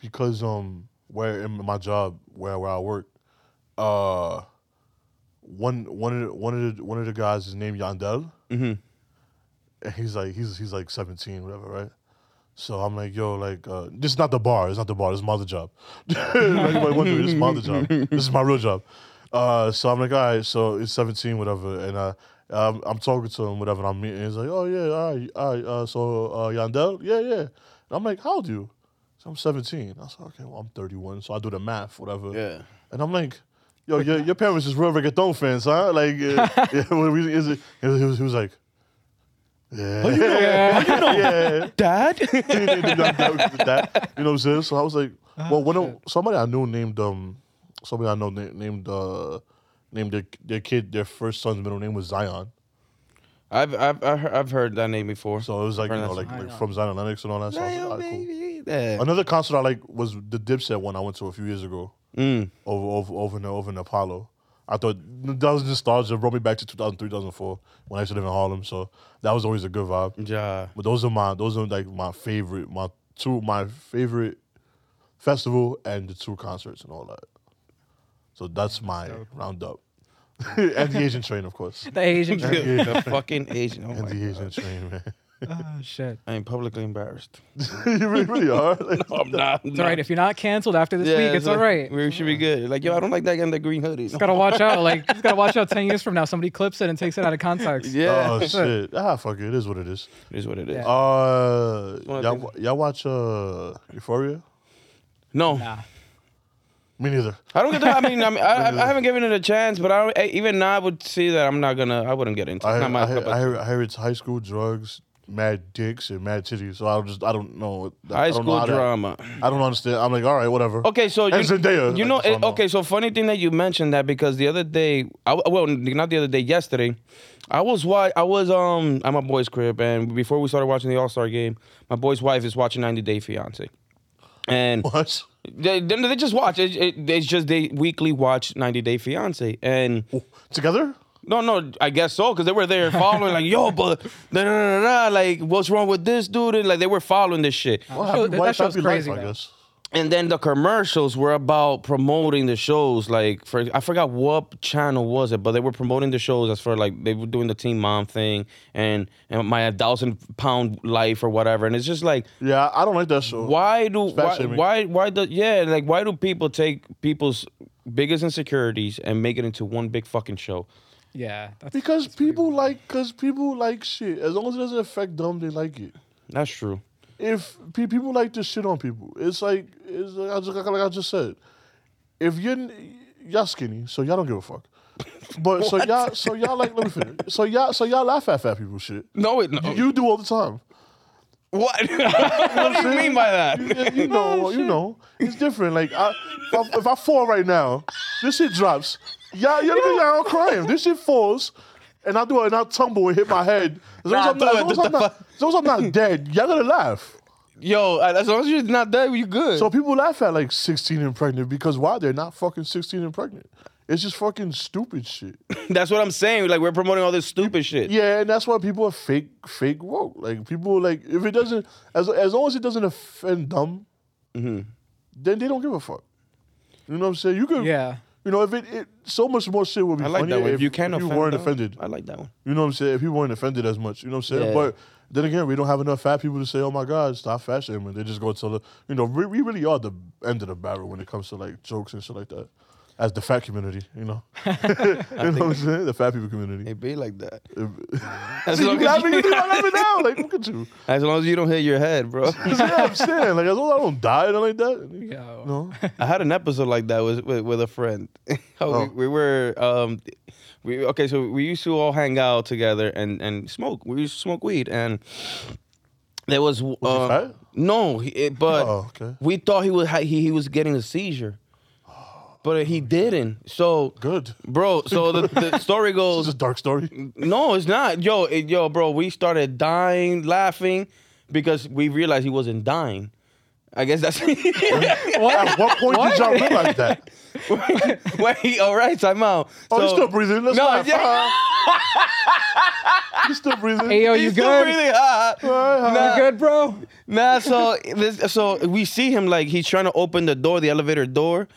[SPEAKER 2] because um, where in my job where where I work, uh, one one of the, one of the one of the guys is named Yandel, mm-hmm. and he's like he's he's like 17 whatever, right? So I'm like, yo, like, uh, this is not the bar. It's not the bar. This is my other job. <laughs> like, everybody wondering, this is my other job. This is my real job. Uh, so I'm like, all right, so it's 17, whatever. And uh, I'm, I'm talking to him, whatever, and I'm meeting. He's like, oh, yeah, all right, all right. Uh, so uh, Yandel? Yeah, yeah. And I'm like, how old are you? So I'm 17. I was like, okay, well, I'm 31. So I do the math, whatever.
[SPEAKER 1] Yeah.
[SPEAKER 2] And I'm like, yo, your, your parents is real reggaeton fans, huh? Like, uh, <laughs> yeah, what we- is it? He was, he was like, yeah. <laughs> yeah.
[SPEAKER 1] Dad?
[SPEAKER 2] They did not know we did that. You know what I'm saying? So I was like, well, one of somebody I knew named um, somebody I know na- named uh, named their their kid their first son's middle name was Zion.
[SPEAKER 1] I've I've I've heard- I've heard that name before.
[SPEAKER 2] So it was like you
[SPEAKER 1] Right,
[SPEAKER 2] know
[SPEAKER 1] that's
[SPEAKER 2] like,
[SPEAKER 3] right.
[SPEAKER 2] like from Zion Lennox and all that. So I was like,
[SPEAKER 1] Lion
[SPEAKER 2] all right, cool.
[SPEAKER 1] baby. Yeah.
[SPEAKER 2] Another concert I like was the Dipset one I went to a few years ago
[SPEAKER 1] Mm.
[SPEAKER 2] over over over in, over in Apollo. I thought that was nostalgia brought me back to 2003, 2004 when I used to live in Harlem. So that was always a good vibe.
[SPEAKER 3] <laughs>
[SPEAKER 1] Ja.
[SPEAKER 2] But those are my those are like my favorite my two my favorite festival and the two concerts and all that. So that's my roundup. <laughs> and the Asian train, of course.
[SPEAKER 3] <laughs>
[SPEAKER 1] <laughs>
[SPEAKER 3] The Asian. drink.
[SPEAKER 1] the fucking Asian. Oh
[SPEAKER 2] And
[SPEAKER 1] my
[SPEAKER 2] the
[SPEAKER 1] God.
[SPEAKER 2] Asian train,
[SPEAKER 1] <laughs>
[SPEAKER 2] man.
[SPEAKER 3] oh shit.
[SPEAKER 1] I am publicly embarrassed.
[SPEAKER 2] you really, really <laughs> are. Like,
[SPEAKER 1] I'm not.
[SPEAKER 3] It's all right if you're not canceled after this week. It's all right.
[SPEAKER 1] We should be good. Like, yo, I don't like that guy in the green hoodie.
[SPEAKER 3] Just gotta watch out. Like, just gotta watch out. Ten years from now, somebody clips it and takes it out of context.
[SPEAKER 1] <laughs> <laughs> Yeah.
[SPEAKER 2] Oh shit! Ah, fuck it. It is what it is.
[SPEAKER 1] It is what it is.
[SPEAKER 3] Yeah.
[SPEAKER 2] Uh,
[SPEAKER 1] one of the
[SPEAKER 2] y'all, y'all watch uh Euphoria?
[SPEAKER 1] No.
[SPEAKER 3] Nah.
[SPEAKER 2] Me neither.
[SPEAKER 1] I don't get that. I mean, I, mean I, I I haven't given it a chance, but I don't, even now I would see that I'm not gonna. I wouldn't get into. it.
[SPEAKER 2] I
[SPEAKER 1] It's
[SPEAKER 2] hear,
[SPEAKER 1] not my
[SPEAKER 2] I, hear,
[SPEAKER 1] cup of
[SPEAKER 2] I, hear, I hear it's high school drugs, mad dicks, and mad titties. So I just I don't know.
[SPEAKER 1] high
[SPEAKER 2] I don't know
[SPEAKER 1] school
[SPEAKER 2] how that-
[SPEAKER 1] drama.
[SPEAKER 2] I don't understand. I'm like, all right, whatever.
[SPEAKER 1] Okay, so you,
[SPEAKER 2] And Zendaya,
[SPEAKER 1] you
[SPEAKER 2] like,
[SPEAKER 1] know,
[SPEAKER 2] so uh, I
[SPEAKER 1] it-
[SPEAKER 2] know.
[SPEAKER 1] okay, so funny thing that you mentioned that because the other day, I, well, not the other day, yesterday, I was wa- I was um at my boy's crib, and before we started watching the All Star game, my boy's wife is watching 90 Day Fiance, and
[SPEAKER 2] What?
[SPEAKER 1] they, they they just watch it, it. It's just they weekly watch 90 Day Fiance, and
[SPEAKER 2] Together?
[SPEAKER 1] No, no, I guess so, because they were there following, like, yo, but da, da, da, da, da, like, what's wrong with this dude? And like, they were following this shit.
[SPEAKER 2] Well,
[SPEAKER 3] That show- that show's crazy,
[SPEAKER 2] I
[SPEAKER 3] though.
[SPEAKER 2] guess.
[SPEAKER 1] And then the commercials were about promoting the shows. Like, for I forgot what channel was it, but they were promoting the shows as for like they were doing the Teen Mom thing and and my thousand pound life or whatever. And it's just like,
[SPEAKER 2] Yeah, I don't like that show.
[SPEAKER 1] why do why,
[SPEAKER 2] Especially me.
[SPEAKER 1] why why do yeah like why do people take people's biggest insecurities and make it into one big fucking show?
[SPEAKER 3] Yeah. That's,
[SPEAKER 2] Because people like, because people like shit. As long as it doesn't affect them, they like it.
[SPEAKER 1] That's true.
[SPEAKER 2] If pe- people like to shit on people, it's like, it's like I just like I just said. If you're n- y'all skinny, so y'all don't give a fuck. But so y'all, so y'all like, let me finish. So y'all, so y'all laugh at fat people shit.
[SPEAKER 1] No, it no.
[SPEAKER 2] You do all the time.
[SPEAKER 1] <laughs> What? what do you mean by
[SPEAKER 2] You,
[SPEAKER 1] that?
[SPEAKER 2] you know, you know, it's different. Like, I, if, I, if I fall right now, this shit drops. Y'all, y'all, y'all all crying. This shit falls, and I do it, and I tumble and hit my head. As long as
[SPEAKER 1] Nah,
[SPEAKER 2] I'm not-
[SPEAKER 1] do it.
[SPEAKER 2] as long as I'm not- as long as I'm not
[SPEAKER 1] <laughs>
[SPEAKER 2] dead, y'all gonna laugh.
[SPEAKER 1] Yo, as long as you're not dead, you good.
[SPEAKER 2] So people laugh at like 16 and pregnant because why? They're not fucking 16 and pregnant. It's just fucking stupid shit.
[SPEAKER 1] That's what I'm saying. Like we're promoting all this stupid shit.
[SPEAKER 2] Yeah, and that's why people are fake, fake woke. Like people like if it doesn't, as as long as it doesn't offend them,
[SPEAKER 1] Mm-hmm.
[SPEAKER 2] then they don't give a fuck. You know what I'm saying? You could,
[SPEAKER 3] yeah.
[SPEAKER 2] You know, if it, it so much more shit would be
[SPEAKER 1] I like
[SPEAKER 2] funny
[SPEAKER 1] that one.
[SPEAKER 2] if
[SPEAKER 1] If you can
[SPEAKER 2] you
[SPEAKER 1] offend
[SPEAKER 2] weren't
[SPEAKER 1] them,
[SPEAKER 2] offended.
[SPEAKER 1] I like that one.
[SPEAKER 2] You know what I'm saying? If you weren't offended as much, you know what I'm saying?
[SPEAKER 1] Yeah.
[SPEAKER 2] But then again, we don't have enough fat people to say, "Oh my God, stop fat shaming." They just go to the, you know, we, we really are the end of the barrel when it comes to like jokes and shit like that. As the fat community, you
[SPEAKER 1] <laughs>
[SPEAKER 2] know, <laughs> you know what I'm saying? The fat people community.
[SPEAKER 1] It be like that. <laughs>
[SPEAKER 2] See, you
[SPEAKER 1] long as
[SPEAKER 2] laughing,
[SPEAKER 1] you-
[SPEAKER 2] you not laughing now. Like, look at
[SPEAKER 1] <laughs>
[SPEAKER 2] you.
[SPEAKER 1] As long as you don't hit your head, <laughs> bro.
[SPEAKER 2] See what I'm saying? Like, as long as I don't die or nothing like that.
[SPEAKER 3] Yo.
[SPEAKER 1] <laughs>
[SPEAKER 2] No.
[SPEAKER 1] I had an episode like that with with, with a friend. <laughs> oh. we, we were um, we okay. So we used to all hang out together and and smoke. We used to smoke weed, and there was, uh,
[SPEAKER 2] fat?
[SPEAKER 1] no, he, it- but
[SPEAKER 2] Oh, okay.
[SPEAKER 1] we thought he was ha- he, he was getting a seizure, but he didn't. So
[SPEAKER 2] Good.
[SPEAKER 1] bro. So the, the <laughs> story
[SPEAKER 2] This
[SPEAKER 1] goes.
[SPEAKER 2] is a dark story.
[SPEAKER 1] No, it's not. Yo, it, yo, bro, we started dying laughing because we realized he wasn't dying. I guess that's <laughs>
[SPEAKER 2] At what point did y'all realize that?
[SPEAKER 1] Wait, all right, time out.
[SPEAKER 2] Oh,
[SPEAKER 1] so,
[SPEAKER 2] he's still breathing. Let's
[SPEAKER 1] No,
[SPEAKER 2] laugh.
[SPEAKER 1] yeah.
[SPEAKER 2] he's still breathing.
[SPEAKER 3] Hey yo, you
[SPEAKER 1] he's still
[SPEAKER 3] good?
[SPEAKER 1] breathing. Ah,
[SPEAKER 2] Uh-huh.
[SPEAKER 1] nah,
[SPEAKER 3] you good, bro?
[SPEAKER 1] Nah, so this, so we see him like he's trying to open the door, the elevator door,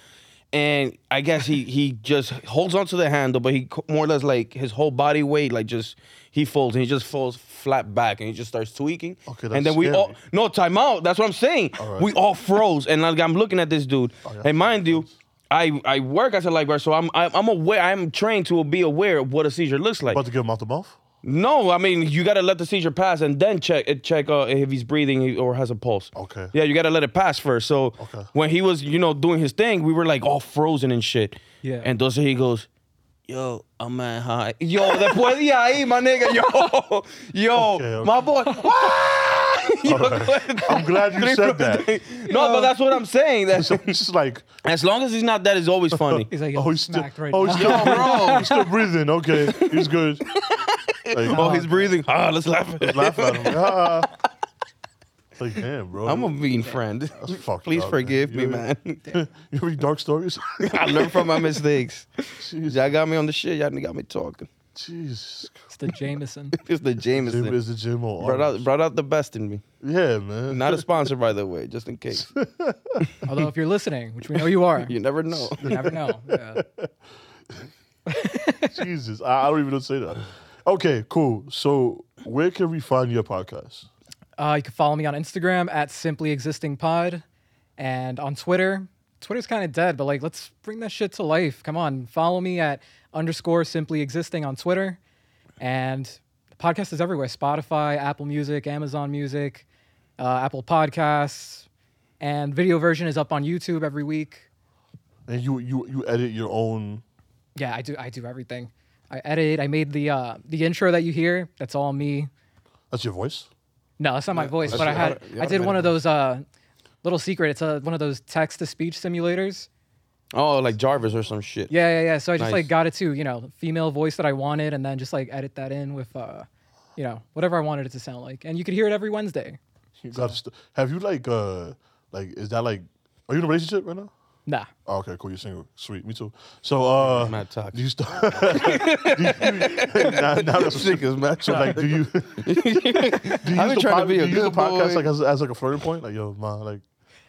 [SPEAKER 1] and I guess he he just holds onto the handle, but he co- more or less like his whole body weight like just he folds and he just falls flat back and he just starts tweaking.
[SPEAKER 2] Okay,
[SPEAKER 1] and
[SPEAKER 2] that's
[SPEAKER 1] then we
[SPEAKER 2] scary.
[SPEAKER 1] all no time out. That's what I'm saying.
[SPEAKER 2] right. Oh,
[SPEAKER 1] We all froze, and like, I'm looking at this dude.
[SPEAKER 2] yeah.
[SPEAKER 1] and mind you, I I work as a lifeguard, so I'm I, I'm aware. I'm trained to be aware of what a seizure looks like.
[SPEAKER 2] About to give him out the mouth?
[SPEAKER 1] No, I mean you gotta let the seizure pass and then check it check uh, if he's breathing or has a pulse.
[SPEAKER 2] Okay.
[SPEAKER 1] Yeah, you gotta let it pass first. So
[SPEAKER 2] Okay.
[SPEAKER 1] when he was you know doing his thing, we were like all frozen and shit.
[SPEAKER 3] Yeah.
[SPEAKER 1] And those he goes, yo, I'm at high. Yo, después de ahí, my nigga, yo, <laughs> yo,
[SPEAKER 2] Okay, okay.
[SPEAKER 1] my boy. <laughs> Ah! Yo, <laughs>
[SPEAKER 2] I'm glad you said that.
[SPEAKER 1] No, but that's what I'm saying. That's,
[SPEAKER 2] So he's just like,
[SPEAKER 1] as long as he's not dead, it's always funny.
[SPEAKER 3] He's like,
[SPEAKER 2] oh, he's still,
[SPEAKER 3] smacked right
[SPEAKER 2] oh,
[SPEAKER 3] now.
[SPEAKER 2] he's
[SPEAKER 1] <laughs>
[SPEAKER 2] still, bro, he's still breathing. Okay, he's good. Like,
[SPEAKER 1] oh, he's breathing. Ah, let's laugh. <laughs> At it.
[SPEAKER 2] laugh at him. Ah. It's like, damn, bro. <laughs>
[SPEAKER 1] I'm a mean friend.
[SPEAKER 2] fucked
[SPEAKER 1] Please
[SPEAKER 2] up, man.
[SPEAKER 1] forgive me,
[SPEAKER 2] You- <laughs>
[SPEAKER 1] man.
[SPEAKER 2] you read dark stories? <laughs>
[SPEAKER 1] <laughs> I learned from my mistakes.
[SPEAKER 2] Jeez.
[SPEAKER 1] Y'all got me on the shit. Y'all got me talking.
[SPEAKER 2] Jesus.
[SPEAKER 3] it's the Jameson.
[SPEAKER 1] It's the Jameson.
[SPEAKER 2] Jim is the Jim or
[SPEAKER 1] brought, out,
[SPEAKER 2] orange.
[SPEAKER 1] brought out the best in me.
[SPEAKER 2] Yeah, man.
[SPEAKER 1] Not a sponsor, by the way, just in case.
[SPEAKER 3] Although if you're listening, which we know you are,
[SPEAKER 1] You
[SPEAKER 2] <laughs>
[SPEAKER 1] never know.
[SPEAKER 3] you never know. Yeah.
[SPEAKER 2] Jesus. I, I don't even know how to say that. Okay, cool. So where can we find your podcast?
[SPEAKER 3] Uh, you can follow me on Instagram at simply existing pod, and on Twitter. Twitter's kind of dead, but like, let's bring that shit to life. Come on, follow me at underscore simply existing on Twitter, and the podcast is everywhere: Spotify, Apple Music, Amazon Music, uh, Apple Podcasts, and video version is up on YouTube every week.
[SPEAKER 2] And you you you edit your own
[SPEAKER 3] Yeah, I do. I do everything. I edit. I made the uh, the intro that you hear. That's all me.
[SPEAKER 2] that's your voice?
[SPEAKER 3] No, that's not my voice.
[SPEAKER 1] that's
[SPEAKER 3] But I
[SPEAKER 1] your
[SPEAKER 3] had
[SPEAKER 1] auto- your
[SPEAKER 3] I did one
[SPEAKER 1] automatic
[SPEAKER 3] of those uh, little secret. It's a, one of those text to speech simulators.
[SPEAKER 1] Oh, like Jarvis or some shit.
[SPEAKER 3] Yeah, yeah, yeah. So I just
[SPEAKER 1] Nice.
[SPEAKER 3] like got it to you know female voice that I wanted, and then just like edit that in with uh, you know whatever I wanted it to sound like, and you could hear it every Wednesday.
[SPEAKER 2] You got st- have you like uh like is that like are you in a relationship right now?
[SPEAKER 3] Nah,
[SPEAKER 2] Oh, okay, cool. You're single. Sweet. Me too. So uh
[SPEAKER 1] Mad toxic.
[SPEAKER 2] do you st- <laughs> do you, now, now that's
[SPEAKER 1] Sick as mad
[SPEAKER 2] So like do you do you
[SPEAKER 1] I've
[SPEAKER 2] use
[SPEAKER 1] been
[SPEAKER 2] the,
[SPEAKER 1] trying to
[SPEAKER 2] pod-
[SPEAKER 1] be a
[SPEAKER 2] do you use the
[SPEAKER 1] good
[SPEAKER 2] podcast
[SPEAKER 1] boy.
[SPEAKER 2] like as, as like a flirting point? Like yo, ma, like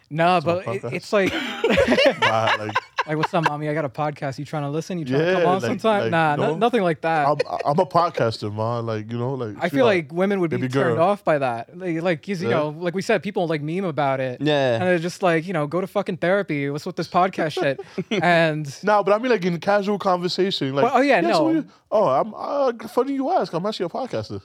[SPEAKER 3] no,
[SPEAKER 2] not
[SPEAKER 3] but
[SPEAKER 2] a
[SPEAKER 3] it,
[SPEAKER 2] podcast.
[SPEAKER 3] it's like
[SPEAKER 2] ma, like
[SPEAKER 3] like what's up, mommy? I got a podcast. You trying to listen? You trying to
[SPEAKER 2] Yeah,
[SPEAKER 3] come on
[SPEAKER 2] like-
[SPEAKER 3] sometime?
[SPEAKER 2] like,
[SPEAKER 3] nah,
[SPEAKER 2] no.
[SPEAKER 3] no, nothing like that.
[SPEAKER 2] I'm I'm a podcaster, ma. Like, you know, like
[SPEAKER 3] I
[SPEAKER 2] she
[SPEAKER 3] feel like women would be
[SPEAKER 2] baby
[SPEAKER 3] turned
[SPEAKER 2] girl.
[SPEAKER 3] off by that. Like, like 'cause, you
[SPEAKER 2] Yeah.
[SPEAKER 3] know, like we said, people like meme about it.
[SPEAKER 1] Yeah.
[SPEAKER 3] And they're just like, you know, go to fucking therapy. What's with this podcast shit? And
[SPEAKER 2] No, but I mean like in casual conversation. Like,
[SPEAKER 3] Well, oh, yeah,
[SPEAKER 2] so
[SPEAKER 3] no.
[SPEAKER 2] you- oh, I'm uh, funny you ask. I'm actually a podcaster.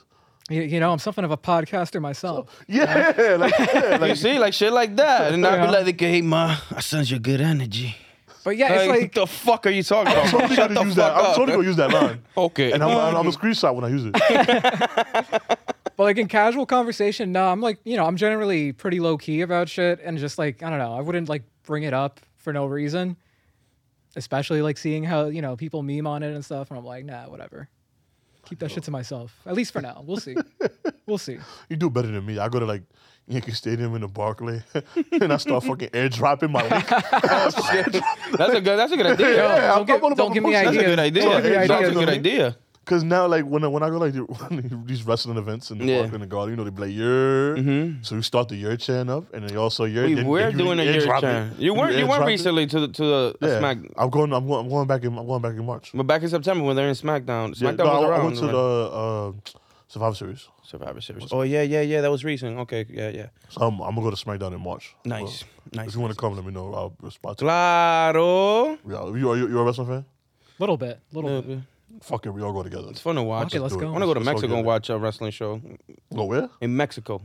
[SPEAKER 3] you, you know, I'm something of a podcaster myself.
[SPEAKER 2] Yeah, like, yeah,
[SPEAKER 1] <laughs> You
[SPEAKER 2] like
[SPEAKER 1] see, like shit like that. And I'd
[SPEAKER 3] Yeah.
[SPEAKER 1] be like, okay, hey, ma, I sense your good energy.
[SPEAKER 3] But yeah,
[SPEAKER 1] Like,
[SPEAKER 3] it's
[SPEAKER 1] what
[SPEAKER 3] like
[SPEAKER 1] the fuck are you talking about?
[SPEAKER 2] totally
[SPEAKER 1] Shut
[SPEAKER 2] gonna
[SPEAKER 1] the
[SPEAKER 2] use
[SPEAKER 1] fuck
[SPEAKER 2] that. I'm
[SPEAKER 1] up.
[SPEAKER 2] totally gonna use that line.
[SPEAKER 1] okay.
[SPEAKER 2] And I'm, and I'm a screenshot when I use it. <laughs>
[SPEAKER 3] But like in casual conversation, no, I'm like, you know, I'm generally pretty low key about shit and just like, I don't know, I wouldn't like bring it up for no reason. Especially like seeing how, you know, people meme on it and stuff. And I'm like, nah, whatever. Keep that shit to myself, at least for now. We'll see. we'll see.
[SPEAKER 2] You do better than me. I go to like Yankee Stadium in the Barclay, <laughs> and I start fucking airdropping my
[SPEAKER 1] <laughs>
[SPEAKER 2] link.
[SPEAKER 1] that's a good. That's a good idea.
[SPEAKER 3] Yo,
[SPEAKER 2] Yeah, I'm-
[SPEAKER 3] don't, give,
[SPEAKER 2] I'm all
[SPEAKER 3] don't
[SPEAKER 2] about
[SPEAKER 3] give me
[SPEAKER 2] promotion.
[SPEAKER 1] That's a good
[SPEAKER 3] ideas.
[SPEAKER 1] idea.
[SPEAKER 3] Don't give me
[SPEAKER 2] Yeah,
[SPEAKER 1] That's a
[SPEAKER 3] ideas.
[SPEAKER 1] good idea.
[SPEAKER 2] Cause now, like when I, when I go like <laughs> the- these wrestling events in the
[SPEAKER 1] Yeah. Mm-hmm.
[SPEAKER 2] Barclay and the Garden, you know they play your. So you start the your chant up, and then you also your.
[SPEAKER 1] We
[SPEAKER 2] then,
[SPEAKER 1] were
[SPEAKER 2] then you
[SPEAKER 1] doing a year
[SPEAKER 2] airdrop it.
[SPEAKER 1] turn. You weren't. You
[SPEAKER 2] airdrop
[SPEAKER 1] weren't
[SPEAKER 2] it.
[SPEAKER 1] recently to the to the
[SPEAKER 2] Yeah,
[SPEAKER 1] smack.
[SPEAKER 2] I'm going. I'm going. I'm going back in. I'm going back in March.
[SPEAKER 1] But back in September when they're in SmackDown,
[SPEAKER 2] Yeah,
[SPEAKER 1] SmackDown
[SPEAKER 2] no,
[SPEAKER 1] was
[SPEAKER 2] I,
[SPEAKER 1] around.
[SPEAKER 2] I went to
[SPEAKER 1] when-
[SPEAKER 2] the uh, Survivor Series.
[SPEAKER 1] Survivor Series. Oh yeah, yeah, yeah. That was recent. Okay, yeah, yeah.
[SPEAKER 2] So I'm, I'm gonna go to SmackDown in March.
[SPEAKER 1] Nice,
[SPEAKER 2] Well,
[SPEAKER 1] nice.
[SPEAKER 2] If you want to come, let me know. I'll respond. To
[SPEAKER 1] Claro.
[SPEAKER 2] you. Yeah, you are you, you a wrestling fan?
[SPEAKER 3] Little bit, little bit.
[SPEAKER 1] It's
[SPEAKER 2] Fuck it, we all go together.
[SPEAKER 1] fun to watch.
[SPEAKER 3] Okay, let's
[SPEAKER 2] do it.
[SPEAKER 3] go.
[SPEAKER 1] I want to go to
[SPEAKER 2] Let's go
[SPEAKER 1] Mexico and
[SPEAKER 2] get it.
[SPEAKER 1] watch a wrestling show
[SPEAKER 2] Go where?
[SPEAKER 1] in Mexico.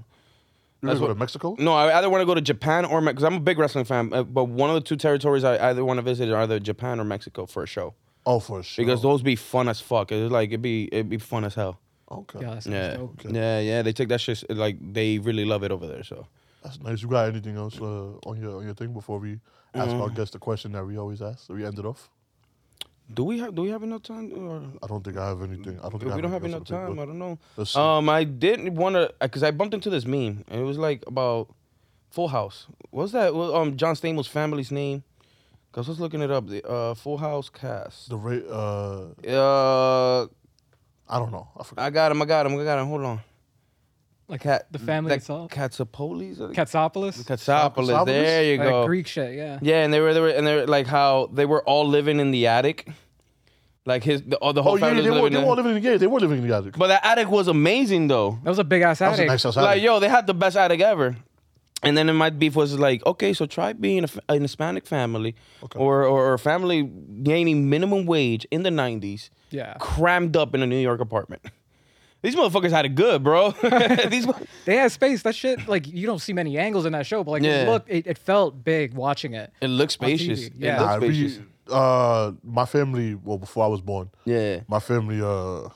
[SPEAKER 2] You
[SPEAKER 1] That's
[SPEAKER 2] gonna go to
[SPEAKER 1] what- Mm.
[SPEAKER 2] Mexico?
[SPEAKER 1] No, I either want to go to Japan or because I'm a big wrestling fan, uh, but one of the two territories I either want to visit are either Japan or Mexico for a show
[SPEAKER 2] Oh, for sure.
[SPEAKER 1] because those be fun as fuck. It's like it'd be it'd be fun as hell.
[SPEAKER 2] okay,
[SPEAKER 3] Yeah, that sounds
[SPEAKER 1] Yeah,
[SPEAKER 3] dope.
[SPEAKER 1] yeah, yeah. They take that shit s- like they really love it over there. So
[SPEAKER 2] that's nice. You got anything else uh, on your on your thing before we ask our
[SPEAKER 1] Mm.
[SPEAKER 2] guest the question that we always ask? So we ended off.
[SPEAKER 1] do we have do we have enough time or
[SPEAKER 2] I don't think I have anything. I don't think
[SPEAKER 1] If
[SPEAKER 2] I
[SPEAKER 1] we don't have
[SPEAKER 2] anything
[SPEAKER 1] enough
[SPEAKER 2] else on the
[SPEAKER 1] time. I
[SPEAKER 2] table.
[SPEAKER 1] don't know.
[SPEAKER 2] Let's see.
[SPEAKER 1] Um, I didn't want to because I bumped into this meme. And it was like about Full House. What's that? Well, um, John Stamos' family's name. Cause I was looking it up. The uh, Full House cast.
[SPEAKER 2] The rate. Uh,
[SPEAKER 1] Uh,
[SPEAKER 2] I don't know. I forgot.
[SPEAKER 1] I got him. I got him. I got him. Hold on.
[SPEAKER 3] Like
[SPEAKER 1] Cat.
[SPEAKER 3] the family
[SPEAKER 1] that-
[SPEAKER 3] itself.
[SPEAKER 1] Katsopolis. I think?
[SPEAKER 3] Katsopolis.
[SPEAKER 1] Katsopoulos.
[SPEAKER 2] Katsopoulos?
[SPEAKER 1] There you
[SPEAKER 3] Like
[SPEAKER 1] go.
[SPEAKER 3] Greek shit, yeah.
[SPEAKER 1] Yeah, and they were they were and they're like how they were all living in the attic, Like his the, all the whole
[SPEAKER 2] Oh yeah,
[SPEAKER 1] family
[SPEAKER 2] they
[SPEAKER 1] was
[SPEAKER 2] were,
[SPEAKER 1] living
[SPEAKER 2] they
[SPEAKER 1] in-
[SPEAKER 2] were all living together. They were living together.
[SPEAKER 1] But that attic was amazing though.
[SPEAKER 3] That was a big ass
[SPEAKER 2] That was a
[SPEAKER 3] attic.
[SPEAKER 2] nice house.
[SPEAKER 1] Like
[SPEAKER 2] attic.
[SPEAKER 1] yo, they had the best attic ever. And then my beef was like, okay, so try being a, f- an Hispanic family or, or or a family gaining minimum wage in the '90s,
[SPEAKER 3] Yeah.
[SPEAKER 1] crammed up in a New York apartment. <laughs> These motherfuckers had it good, bro. <laughs> These mo-
[SPEAKER 3] They had space. That shit, like you don't see many angles in that show, but like
[SPEAKER 1] Yeah.
[SPEAKER 3] it looked, it, it felt big watching it.
[SPEAKER 1] it looked spacious.
[SPEAKER 3] TV, yeah.
[SPEAKER 1] It looked
[SPEAKER 2] Nah, we-
[SPEAKER 1] spacious.
[SPEAKER 2] uh, my family. Well, before I was born,
[SPEAKER 1] yeah.
[SPEAKER 2] my family. Uh,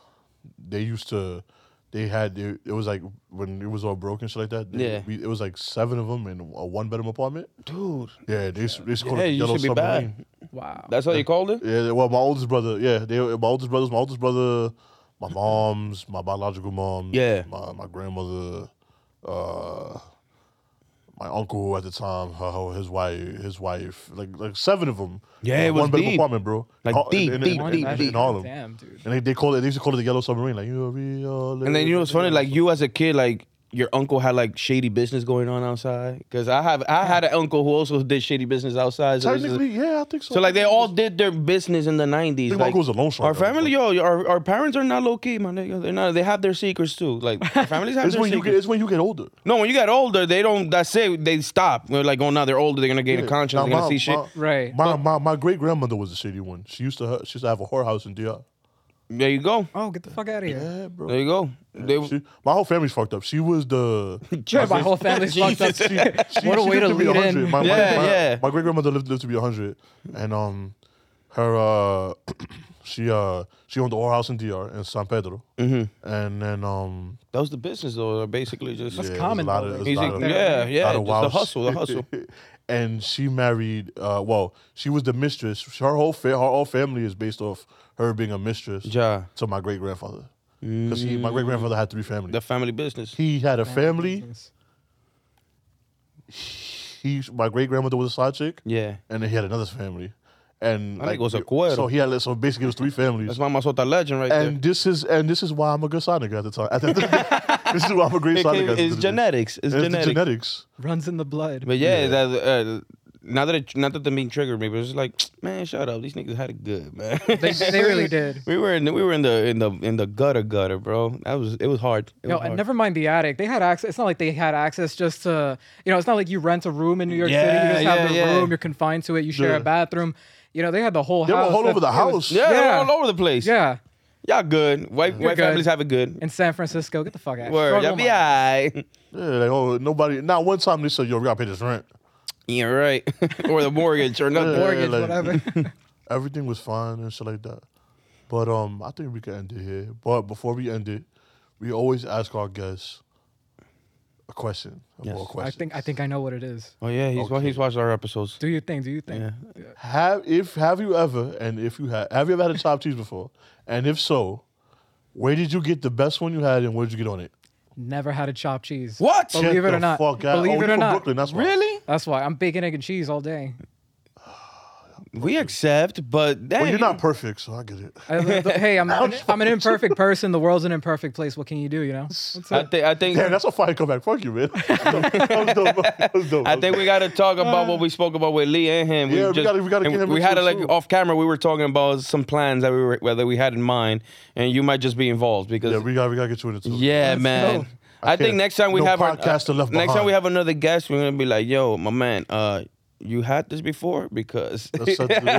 [SPEAKER 2] they used to. They had it, it was like when it was all broken shit like that. they-
[SPEAKER 1] Yeah.
[SPEAKER 2] we, it was like seven of them in a one bedroom apartment.
[SPEAKER 1] Dude,
[SPEAKER 2] Yeah, they used, they used to call
[SPEAKER 1] Yeah,
[SPEAKER 2] it the
[SPEAKER 1] you
[SPEAKER 2] yellow
[SPEAKER 1] should be bad.
[SPEAKER 2] submarine.
[SPEAKER 3] Wow.
[SPEAKER 1] that's how you called it?
[SPEAKER 2] Yeah, they- well, my oldest brother. Yeah, they my oldest brothers. My oldest brother, my mom's, my biological mom.
[SPEAKER 1] Yeah.
[SPEAKER 2] my my grandmother, uh, my uncle at the time, her, her- his wife, his wife, like like seven of them.
[SPEAKER 1] Yeah, it was
[SPEAKER 2] one bedroom
[SPEAKER 1] deep.
[SPEAKER 2] apartment, bro.
[SPEAKER 1] Like
[SPEAKER 2] Ho-
[SPEAKER 1] deep, deep,
[SPEAKER 3] One
[SPEAKER 1] deep,
[SPEAKER 3] bedroom.
[SPEAKER 1] deep.
[SPEAKER 2] in Harlem.
[SPEAKER 3] Damn, dude.
[SPEAKER 2] And they, they call it. They used to call it the yellow submarine. Like you know, we all
[SPEAKER 1] And then you know
[SPEAKER 2] live
[SPEAKER 1] what's funny?
[SPEAKER 2] in-
[SPEAKER 1] Like you as a kid, like your uncle had like shady business going on outside. Cause I have I had an uncle who also did shady business outside. So this is-
[SPEAKER 2] technically, yeah, I think so.
[SPEAKER 1] so like they all did their business in the nineties.
[SPEAKER 2] think my
[SPEAKER 1] Like,
[SPEAKER 2] uncle was a loan shark,
[SPEAKER 1] Our
[SPEAKER 2] though.
[SPEAKER 1] family, yo, our, our parents are not low key, my nigga. They're not. They have their secrets too. Like
[SPEAKER 2] <laughs>
[SPEAKER 1] our families have
[SPEAKER 2] It's
[SPEAKER 1] their
[SPEAKER 2] when you
[SPEAKER 1] secrets.
[SPEAKER 2] get. It's when you get older.
[SPEAKER 1] no, when you get older, they don't. That's it. They stop. They're like, oh, now they're older. They're gonna gain a conscience.
[SPEAKER 2] Now,
[SPEAKER 1] They're gonna
[SPEAKER 2] my-
[SPEAKER 1] see shit.
[SPEAKER 2] my-
[SPEAKER 3] Right.
[SPEAKER 2] My my, my great grandmother was a shitty one. She used to ha- she used to have a whorehouse in DR.
[SPEAKER 1] There you go.
[SPEAKER 3] Oh, get the fuck out of here.
[SPEAKER 2] Yeah, bro.
[SPEAKER 1] There you go. They,
[SPEAKER 2] She, my whole family's fucked up. She was
[SPEAKER 1] <laughs>
[SPEAKER 2] the.
[SPEAKER 3] Sure, my whole family's fucked up.
[SPEAKER 2] She,
[SPEAKER 3] What a
[SPEAKER 2] <laughs> she
[SPEAKER 3] way
[SPEAKER 2] lived
[SPEAKER 3] to
[SPEAKER 2] be
[SPEAKER 3] lead
[SPEAKER 2] 100.
[SPEAKER 3] in.
[SPEAKER 2] My, my,
[SPEAKER 1] Yeah,
[SPEAKER 2] my,
[SPEAKER 1] yeah.
[SPEAKER 2] My great grandmother lived, lived to be hundred, and um, her uh, <clears throat> she uh, she owned the whole house in DR in San Pedro, mm-hmm. and then um,
[SPEAKER 1] that was the business though. They're basically just
[SPEAKER 2] yeah,
[SPEAKER 3] That's
[SPEAKER 2] it was
[SPEAKER 3] common,
[SPEAKER 2] A lot
[SPEAKER 3] though,
[SPEAKER 2] of, it was a
[SPEAKER 1] He's
[SPEAKER 2] lot
[SPEAKER 1] like,
[SPEAKER 2] of-
[SPEAKER 1] yeah,
[SPEAKER 2] lot
[SPEAKER 1] yeah. Just
[SPEAKER 2] of
[SPEAKER 1] the
[SPEAKER 2] wild
[SPEAKER 1] hustle, the
[SPEAKER 2] shit.
[SPEAKER 1] hustle.
[SPEAKER 2] and she married. Uh, well, she was the mistress. Her whole fa- her whole family is based off her being a mistress
[SPEAKER 1] Ja. Mm.
[SPEAKER 2] to my great grandfather, because my great grandfather had three families.
[SPEAKER 1] The family business.
[SPEAKER 2] he had a family. He, my great grandmother was a side chick,
[SPEAKER 1] Yeah.
[SPEAKER 2] and then he had another family, and
[SPEAKER 1] I think it was a cuero.
[SPEAKER 2] So he had like, so basically it was three families.
[SPEAKER 1] <laughs> That's my Masota legend right
[SPEAKER 2] And this is and this is why I'm a good Sonic at the time. At the
[SPEAKER 1] <laughs>
[SPEAKER 2] this is why I'm a great
[SPEAKER 1] there. It
[SPEAKER 2] Sonic.
[SPEAKER 1] came-
[SPEAKER 2] at the
[SPEAKER 1] it's
[SPEAKER 2] time.
[SPEAKER 1] genetics. It's
[SPEAKER 2] It's
[SPEAKER 1] genetics.
[SPEAKER 2] the genetics.
[SPEAKER 3] Runs in the blood.
[SPEAKER 1] <laughs> But yeah, that uh, now that it, not that the meme triggered me, but it's like, man, shut up. These niggas had it good, man. <laughs>
[SPEAKER 3] They, they really did.
[SPEAKER 1] we were in the, we were in the in the in the gutter gutter, bro. That was it was hard. It
[SPEAKER 3] No,
[SPEAKER 1] was hard.
[SPEAKER 3] and never mind the attic. They had access. It's not like they had access just to, you know, it's not like you rent a room in New York City.
[SPEAKER 1] Yeah,
[SPEAKER 3] You just have
[SPEAKER 1] yeah,
[SPEAKER 3] a
[SPEAKER 1] yeah.
[SPEAKER 3] room. You're confined to it. You share
[SPEAKER 2] Yeah.
[SPEAKER 3] a bathroom. You know, they had the whole
[SPEAKER 2] They were
[SPEAKER 3] house.
[SPEAKER 2] all over
[SPEAKER 3] That-
[SPEAKER 2] the
[SPEAKER 3] it was-
[SPEAKER 2] house.
[SPEAKER 1] yeah,
[SPEAKER 3] yeah.
[SPEAKER 1] they were all over the place.
[SPEAKER 3] yeah.
[SPEAKER 1] y'all good. White white
[SPEAKER 3] good.
[SPEAKER 1] families have it good.
[SPEAKER 3] In San Francisco, get the fuck out.
[SPEAKER 1] Word,
[SPEAKER 3] Struggle
[SPEAKER 1] y'all be
[SPEAKER 3] my-
[SPEAKER 1] alright.
[SPEAKER 2] Yeah, like, oh nobody. Not one time they said, "Yo, we gotta pay this rent."
[SPEAKER 1] <laughs> Yeah, right. <laughs> or the mortgage or nothing.
[SPEAKER 2] Yeah.
[SPEAKER 3] <laughs> Mortgage,
[SPEAKER 2] like- <laughs>
[SPEAKER 3] whatever.
[SPEAKER 2] Everything was fine and shit like that. But um, I think we can end it here. But before we end it, we always ask our guests a question. a
[SPEAKER 1] Yes.
[SPEAKER 2] more
[SPEAKER 3] I
[SPEAKER 2] question.
[SPEAKER 3] think I think I know what it is.
[SPEAKER 1] Oh yeah, he's wa- he's watched our episodes.
[SPEAKER 3] Do your thing. Do your thing.
[SPEAKER 2] Have if have you ever and if you have have you ever had a chopped cheese before? And if so, where did you get the best one you had and where did you get on it?
[SPEAKER 3] Never had a chopped cheese.
[SPEAKER 1] What?
[SPEAKER 3] Believe
[SPEAKER 2] Get
[SPEAKER 3] it
[SPEAKER 2] the
[SPEAKER 3] or not.
[SPEAKER 2] Fuck out.
[SPEAKER 3] Believe
[SPEAKER 2] oh, you
[SPEAKER 3] it or
[SPEAKER 2] from
[SPEAKER 3] not.
[SPEAKER 2] Brooklyn, that's why.
[SPEAKER 1] Really?
[SPEAKER 3] That's why I'm bacon, egg, and cheese all day.
[SPEAKER 1] We accept, but
[SPEAKER 2] Well,
[SPEAKER 1] dang,
[SPEAKER 2] you're not perfect, so I get
[SPEAKER 3] <laughs>
[SPEAKER 2] it.
[SPEAKER 3] I- I-
[SPEAKER 2] <laughs>
[SPEAKER 3] I- hey, I'm I'm an imperfect person. The world's an imperfect place. What can you do? You know. That's
[SPEAKER 1] I
[SPEAKER 3] it.
[SPEAKER 1] think I think
[SPEAKER 2] Damn, that's a fire comeback. Fuck you, man. <laughs> that was dope. That was dope.
[SPEAKER 1] I think we got to talk about what we spoke about with Lee and him.
[SPEAKER 2] Uh, Yeah, we gotta- we gotta
[SPEAKER 1] and
[SPEAKER 2] get him
[SPEAKER 1] We had
[SPEAKER 2] into
[SPEAKER 1] it
[SPEAKER 2] it,
[SPEAKER 1] like
[SPEAKER 2] too.
[SPEAKER 1] off camera. We were talking about some plans that we were that we had in mind, and you might just be involved because
[SPEAKER 2] Yeah,
[SPEAKER 1] yeah,
[SPEAKER 2] we got we gotta get you in it too.
[SPEAKER 1] man.
[SPEAKER 3] go.
[SPEAKER 1] I,
[SPEAKER 2] I
[SPEAKER 1] think
[SPEAKER 2] can't-
[SPEAKER 1] next time we
[SPEAKER 2] no
[SPEAKER 1] have our, uh,
[SPEAKER 2] podcaster left
[SPEAKER 1] next time we
[SPEAKER 2] behind.
[SPEAKER 1] have another guest, we're gonna be like, "Yo, my man, uh, you had this before because
[SPEAKER 2] That's such- yeah, yeah,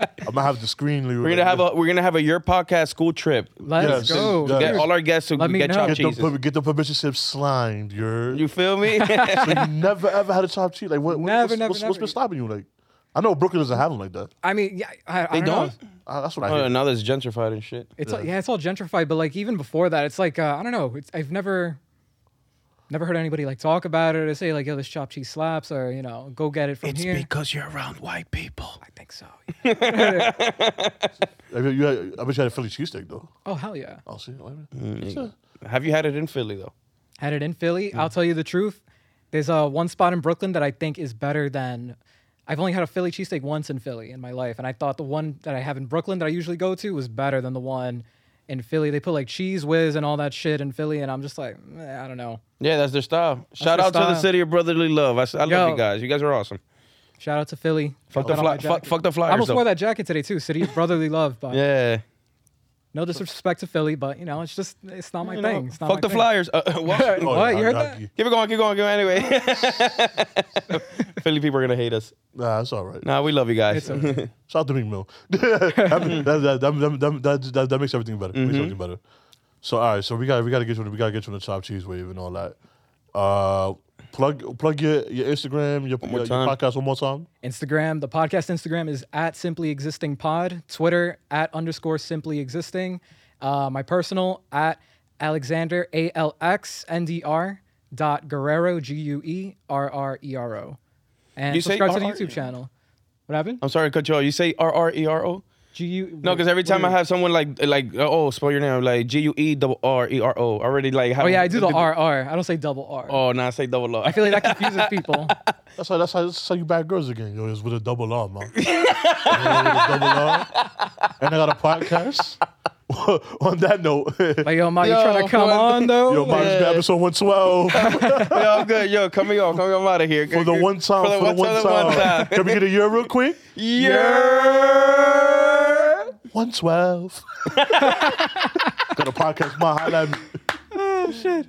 [SPEAKER 2] yeah.
[SPEAKER 1] <laughs>
[SPEAKER 2] I'm gonna have the screen.
[SPEAKER 1] we're gonna have a we're gonna have a your podcast school trip.
[SPEAKER 3] Let's
[SPEAKER 2] Yes,
[SPEAKER 3] go.
[SPEAKER 2] yes.
[SPEAKER 1] Get
[SPEAKER 3] dude.
[SPEAKER 1] all our guests to
[SPEAKER 3] Let me
[SPEAKER 1] get
[SPEAKER 3] know.
[SPEAKER 1] chopped
[SPEAKER 2] get the
[SPEAKER 1] cheeses.
[SPEAKER 2] per- get the permission slip slimed. You're
[SPEAKER 1] You feel me?
[SPEAKER 3] <laughs>
[SPEAKER 2] so you never ever had a chopped cheese. Like what? what-
[SPEAKER 3] Never,
[SPEAKER 2] what's,
[SPEAKER 3] never,
[SPEAKER 2] what's- what's been
[SPEAKER 3] never.
[SPEAKER 2] stopping you? Like I know Brooklyn doesn't have them like that.
[SPEAKER 3] I mean, yeah, I, I
[SPEAKER 1] they don't.
[SPEAKER 3] Know.
[SPEAKER 2] Uh, that's what I
[SPEAKER 1] Oh,
[SPEAKER 2] hear.
[SPEAKER 1] now that's gentrified and shit.
[SPEAKER 3] It's all, yeah, it's all gentrified. But like even before that, it's like uh, I don't know. It's I've never. Never heard anybody like talk about it or say like, "Yo, this chopped cheese slaps," or you know, "Go get it from here."
[SPEAKER 1] because you're around white people.
[SPEAKER 3] I think so.
[SPEAKER 2] I, mean, you had, I bet you had a Philly cheesesteak though.
[SPEAKER 3] Oh hell yeah!
[SPEAKER 2] I'll see.
[SPEAKER 1] Mm. Have you had it in Philly though?
[SPEAKER 3] Had it in Philly. I'll tell you the truth. There's uh, one spot in Brooklyn that I think is better than. I've only had a Philly cheesesteak once in Philly in my life, and I thought the one that I have in Brooklyn that I usually go to was better than the one in Philly. They put like cheese whiz and all that shit in Philly, and I'm just like, "Meh, I don't know.
[SPEAKER 1] Yeah, that's their style. Shout
[SPEAKER 3] their
[SPEAKER 1] out to the
[SPEAKER 3] style.
[SPEAKER 1] city of brotherly love. I, s- I love
[SPEAKER 3] Yo.
[SPEAKER 1] you guys. You guys are awesome.
[SPEAKER 3] Shout out to Philly.
[SPEAKER 1] Fuck
[SPEAKER 3] Got
[SPEAKER 1] the
[SPEAKER 3] on my
[SPEAKER 1] fly, fuck,
[SPEAKER 3] jacket.
[SPEAKER 1] fuck the Flyers.
[SPEAKER 3] I almost
[SPEAKER 1] though.
[SPEAKER 3] wore that jacket today too. City of brotherly love,
[SPEAKER 1] <laughs>
[SPEAKER 3] but
[SPEAKER 1] Yeah.
[SPEAKER 3] no disrespect to Philly, but you know, it's just it's not my
[SPEAKER 1] You know,
[SPEAKER 3] thing. It's not
[SPEAKER 1] fuck
[SPEAKER 3] my
[SPEAKER 1] the
[SPEAKER 3] thing.
[SPEAKER 1] Flyers. Uh, what?
[SPEAKER 3] <laughs>
[SPEAKER 2] Oh,
[SPEAKER 3] What?
[SPEAKER 2] yeah,
[SPEAKER 3] You heard
[SPEAKER 2] I- I-
[SPEAKER 3] that?
[SPEAKER 1] keep it going. Keep going. Keep going. Anyway, <laughs> Philly people are gonna hate us.
[SPEAKER 2] Nah, that's all right.
[SPEAKER 1] Nah, we love you guys.
[SPEAKER 3] It's okay.
[SPEAKER 2] Shout out to Meek Mill. <laughs> that, that, that, that, that, that, that, that makes everything better. Makes everything better. So all right, so we got we got to get you on- we got to get you on the chopped cheese wave and all that. Uh, plug plug your, your Instagram, your,
[SPEAKER 1] more
[SPEAKER 2] your, your
[SPEAKER 1] time.
[SPEAKER 2] podcast one more time.
[SPEAKER 3] Instagram. The podcast Instagram is at simply existing pod. Twitter at underscore simply existing. Uh, my personal at Alexander A L X N D R dot Guerrero G U E R R E R O. And
[SPEAKER 1] You say
[SPEAKER 3] subscribe to the
[SPEAKER 1] RR?
[SPEAKER 3] YouTube channel. What happened?
[SPEAKER 1] <laughs> I'm sorry, to cut you off. You say R R E R O?
[SPEAKER 3] G U E
[SPEAKER 1] No, because every time I have someone like like oh spell your name I'm like G U E double R E R O. I Already like have,
[SPEAKER 3] Oh yeah, I do the R R. I don't say double R. I
[SPEAKER 1] Oh no, I say double R. <laughs>
[SPEAKER 3] feel like that confuses people.
[SPEAKER 2] That's how that's how, that's how you bad girls again. Yo, it's with a double R, <laughs> man. It's with a double R. And I got a podcast. <laughs> on that note, <laughs>
[SPEAKER 3] Like yo, Ma, you
[SPEAKER 1] Yo,
[SPEAKER 3] trying to come
[SPEAKER 1] what the-
[SPEAKER 3] on though?
[SPEAKER 2] yo, mine
[SPEAKER 3] Like,
[SPEAKER 2] has been episode one <laughs> twelve.
[SPEAKER 1] yo, I'm good. Yo, come here, come I'm out of here.
[SPEAKER 2] For the one time, for the one <laughs> time. Can we get a year real quick?
[SPEAKER 1] yeah.
[SPEAKER 2] 112. Got a podcast, my highlight.
[SPEAKER 3] oh shit.